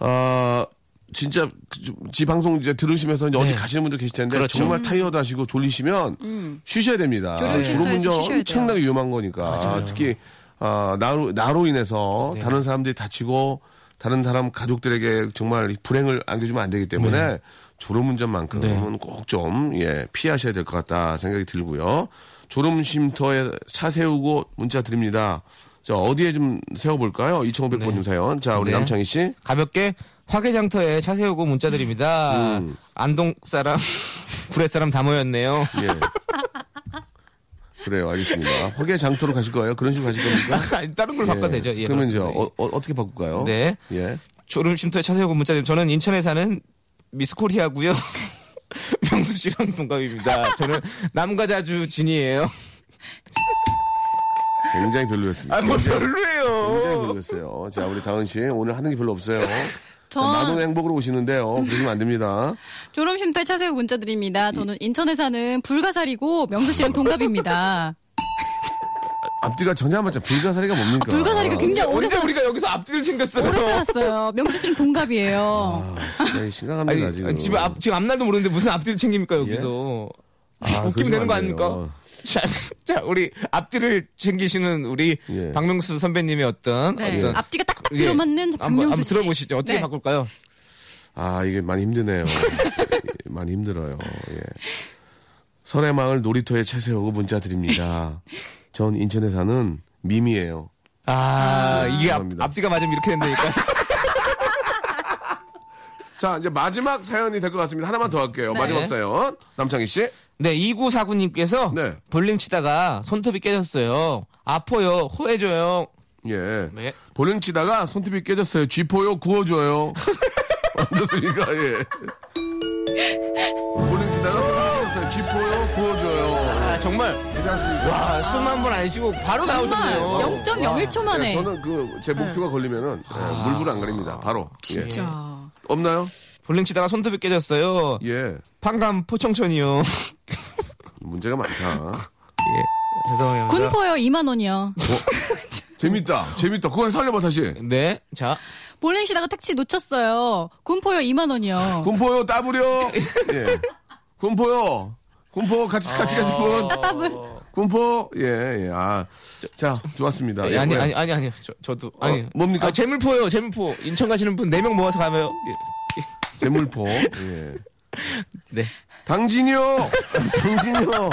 [SPEAKER 3] 아, 진짜 그 지- 지 방송 이제 들으시면서 이제 어디
[SPEAKER 5] 네.
[SPEAKER 3] 가시는 분들 계실 텐데
[SPEAKER 5] 그렇죠.
[SPEAKER 3] 정말 타이어드하시고 졸리시면 쉬셔야 됩니다.
[SPEAKER 4] 음. 졸음쉼터에서
[SPEAKER 3] 졸음 운전
[SPEAKER 4] 쉬셔야 돼요.
[SPEAKER 3] 엄청나게 위험한 거니까 특히 아, 나로 나로 인해서
[SPEAKER 5] 네.
[SPEAKER 3] 다른 사람들이 다치고 다른 사람 가족들에게 정말 이 불행을 안겨주면 안 되기 때문에
[SPEAKER 5] 네.
[SPEAKER 3] 졸음 운전만큼은 꼭 좀 예, 피하셔야 될 것 같다 생각이 들고요. 졸음 쉼터에 차 세우고 문자 드립니다. 자 어디에 좀 세워볼까요? 2,500번 님 사연. 자 우리
[SPEAKER 5] 네.
[SPEAKER 3] 남창희 씨.
[SPEAKER 5] 가볍게 화개장터에 차 세우고 문자 드립니다.
[SPEAKER 3] 음.
[SPEAKER 5] 안동 사람, 구례 사람 다 모였네요.
[SPEAKER 3] 예. 그래요, 알겠습니다. 허계 장터로 가실 거예요? 그런 식으로 가실 겁니까?
[SPEAKER 5] 아니, 다른 걸 바꿔도 되죠. 예,
[SPEAKER 3] 네? 그러면 이제
[SPEAKER 5] 그렇습니다.
[SPEAKER 3] 어, 떻게 바꿀까요?
[SPEAKER 5] 네.
[SPEAKER 3] 예.
[SPEAKER 5] 졸음쉼터에 차 세우고 문자 드립니다. 저는 인천에 사는 미스코리아고요. 명수 씨랑 동갑입니다. 저는 남가자주 진이에요.
[SPEAKER 3] 굉장히 별로였습니다.
[SPEAKER 5] 아, 뭐
[SPEAKER 3] 굉장히, 굉장히
[SPEAKER 5] 별로예요.
[SPEAKER 3] 별로였어요. 자, 우리 다은 씨 오늘 하는 게 별로 없어요.
[SPEAKER 4] 전-
[SPEAKER 3] 만원 행복으로 오시는데요. 그러면 안 됩니다.
[SPEAKER 4] 졸음쉼터 차세우 문자 드립니다. 저는 인천에 사는 불가사리고 명수 씨랑 동갑입니다.
[SPEAKER 3] 앞뒤가 전혀 안 맞죠. 불가사리가 뭡니까?
[SPEAKER 4] 불가사리가 굉장히 오래
[SPEAKER 5] 언제
[SPEAKER 4] 살았,
[SPEAKER 5] 우리가 여기서 앞뒤를 챙겼어요?
[SPEAKER 4] 오래 살았어요. 명수 씨랑 동갑이에요.
[SPEAKER 3] 굉장히 아, 심각합니다,
[SPEAKER 5] 아니,
[SPEAKER 3] 지금.
[SPEAKER 5] 아니, 지금 앞, 지금 앞날도 모르는데 무슨 앞뒤를 챙깁니까, 여기서.
[SPEAKER 3] 아,
[SPEAKER 5] 웃기면 되는
[SPEAKER 3] 그러시면
[SPEAKER 5] 거
[SPEAKER 3] 안 돼요.
[SPEAKER 5] 아닙니까? 자, 자, 우리 앞뒤를 챙기시는 우리
[SPEAKER 3] 예.
[SPEAKER 5] 박명수 선배님의 어떤
[SPEAKER 4] 네.
[SPEAKER 5] 아, 어떤
[SPEAKER 4] 앞뒤가 딱딱
[SPEAKER 5] 예.
[SPEAKER 4] 들어맞는
[SPEAKER 5] 한번,
[SPEAKER 4] 박명수
[SPEAKER 5] 한번
[SPEAKER 4] 씨.
[SPEAKER 5] 들어보시죠. 어떻게
[SPEAKER 4] 네.
[SPEAKER 5] 바꿀까요?
[SPEAKER 3] 아, 이게 많이 힘드네요. 예, 많이 힘들어요. 예. 설의 마을 놀이터에 채세우고 문자 드립니다. 전 인천에 사는 미미예요.
[SPEAKER 5] 아, 이게 앞,
[SPEAKER 3] 죄송합니다.
[SPEAKER 5] 앞뒤가 맞으면 이렇게 된다니까.
[SPEAKER 3] 자, 이제 마지막 사연이 될 것 같습니다. 하나만 더 할게요.
[SPEAKER 4] 네.
[SPEAKER 3] 마지막 사연. 남창희 씨.
[SPEAKER 5] 네, 2949님께서
[SPEAKER 3] 네.
[SPEAKER 5] 볼링 치다가 손톱이 깨졌어요. 아파요. 호해줘요.
[SPEAKER 3] 예.
[SPEAKER 5] 네.
[SPEAKER 3] 볼링 치다가 손톱이 깨졌어요. 쥐포요 구워줘요. 어떻습니까? 예. 볼링 치다가 손톱이 깨졌어요. 쥐포요 구워줘요.
[SPEAKER 5] 아, 정말.
[SPEAKER 3] 괜찮습니다.
[SPEAKER 5] 와, 숨 한 번 안 쉬고 바로 나오셨네요. 아.
[SPEAKER 4] 정말 아, 0.01초 만에.
[SPEAKER 3] 저는 그 제 목표가 걸리면은 예, 물불 안 가립니다. 바로. 예.
[SPEAKER 4] 진짜.
[SPEAKER 3] 없나요?
[SPEAKER 5] 볼링 치다가 손톱이 깨졌어요.
[SPEAKER 3] 예.
[SPEAKER 5] 판감 포청천이요.
[SPEAKER 3] 문제가 많다. 어?
[SPEAKER 5] 예, 죄송해요.
[SPEAKER 4] 군포요 2만 원이요.
[SPEAKER 3] 재밌다. 재밌다. 그걸 살려봐 다시.
[SPEAKER 5] 네, 자.
[SPEAKER 4] 볼링 시다가 택시 놓쳤어요. 군포요 2만 원이요.
[SPEAKER 3] 군포요 따부려. 예. 군포요. 군포 같이 같이 같이
[SPEAKER 5] 아.
[SPEAKER 4] 어.
[SPEAKER 3] 분.
[SPEAKER 4] 따따분.
[SPEAKER 3] 군포 예예 아. 자 좋았습니다.
[SPEAKER 5] 아니,
[SPEAKER 3] 예,
[SPEAKER 5] 아니,
[SPEAKER 3] 뭐야.
[SPEAKER 5] 아니, 아니, 아니. 저, 저도. 아니.
[SPEAKER 3] 뭡니까?
[SPEAKER 5] 아, 재물포요, 재물포. 인천 가시는 분 네 명 모아서 가면.
[SPEAKER 3] 재물포. 예.
[SPEAKER 5] 네.
[SPEAKER 3] 당진이요. 당진이요.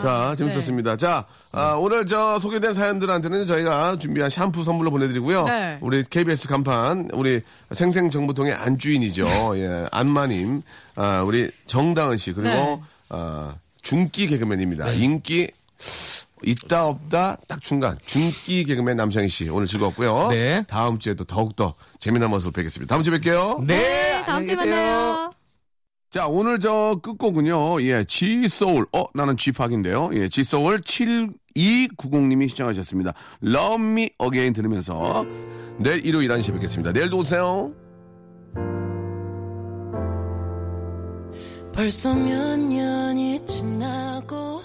[SPEAKER 3] 자, 재밌었습니다. 자, 아, 오늘 저 소개된 사연들한테는 저희가 준비한 샴푸 선물로 보내드리고요.
[SPEAKER 4] 네.
[SPEAKER 3] 우리 KBS 간판, 우리 생생정보통의 안주인이죠. 예, 안마님, 아, 우리 정다은 씨, 그리고,
[SPEAKER 4] 네.
[SPEAKER 3] 아, 중기 개그맨입니다. 인기, 있다 없다 딱 중간 중기 개그맨 남창희 씨 오늘 즐거웠고요.
[SPEAKER 5] 네.
[SPEAKER 3] 다음 주에도 더욱더 재미난 모습으로 뵙겠습니다. 다음 주에 뵐게요.
[SPEAKER 4] 네, 다음 주에
[SPEAKER 5] 안녕히 계세요.
[SPEAKER 4] 만나요.
[SPEAKER 3] 자, 오늘 저 끝곡은요. 예, G 소울. 어, 나는 G 팍인데요. 예, G 소울 7290님이 시청하셨습니다. Love Me Again 들으면서 내일 일요일 1시에 뵙겠습니다. 내일도 오세요.
[SPEAKER 7] 벌써 몇 년이 지나고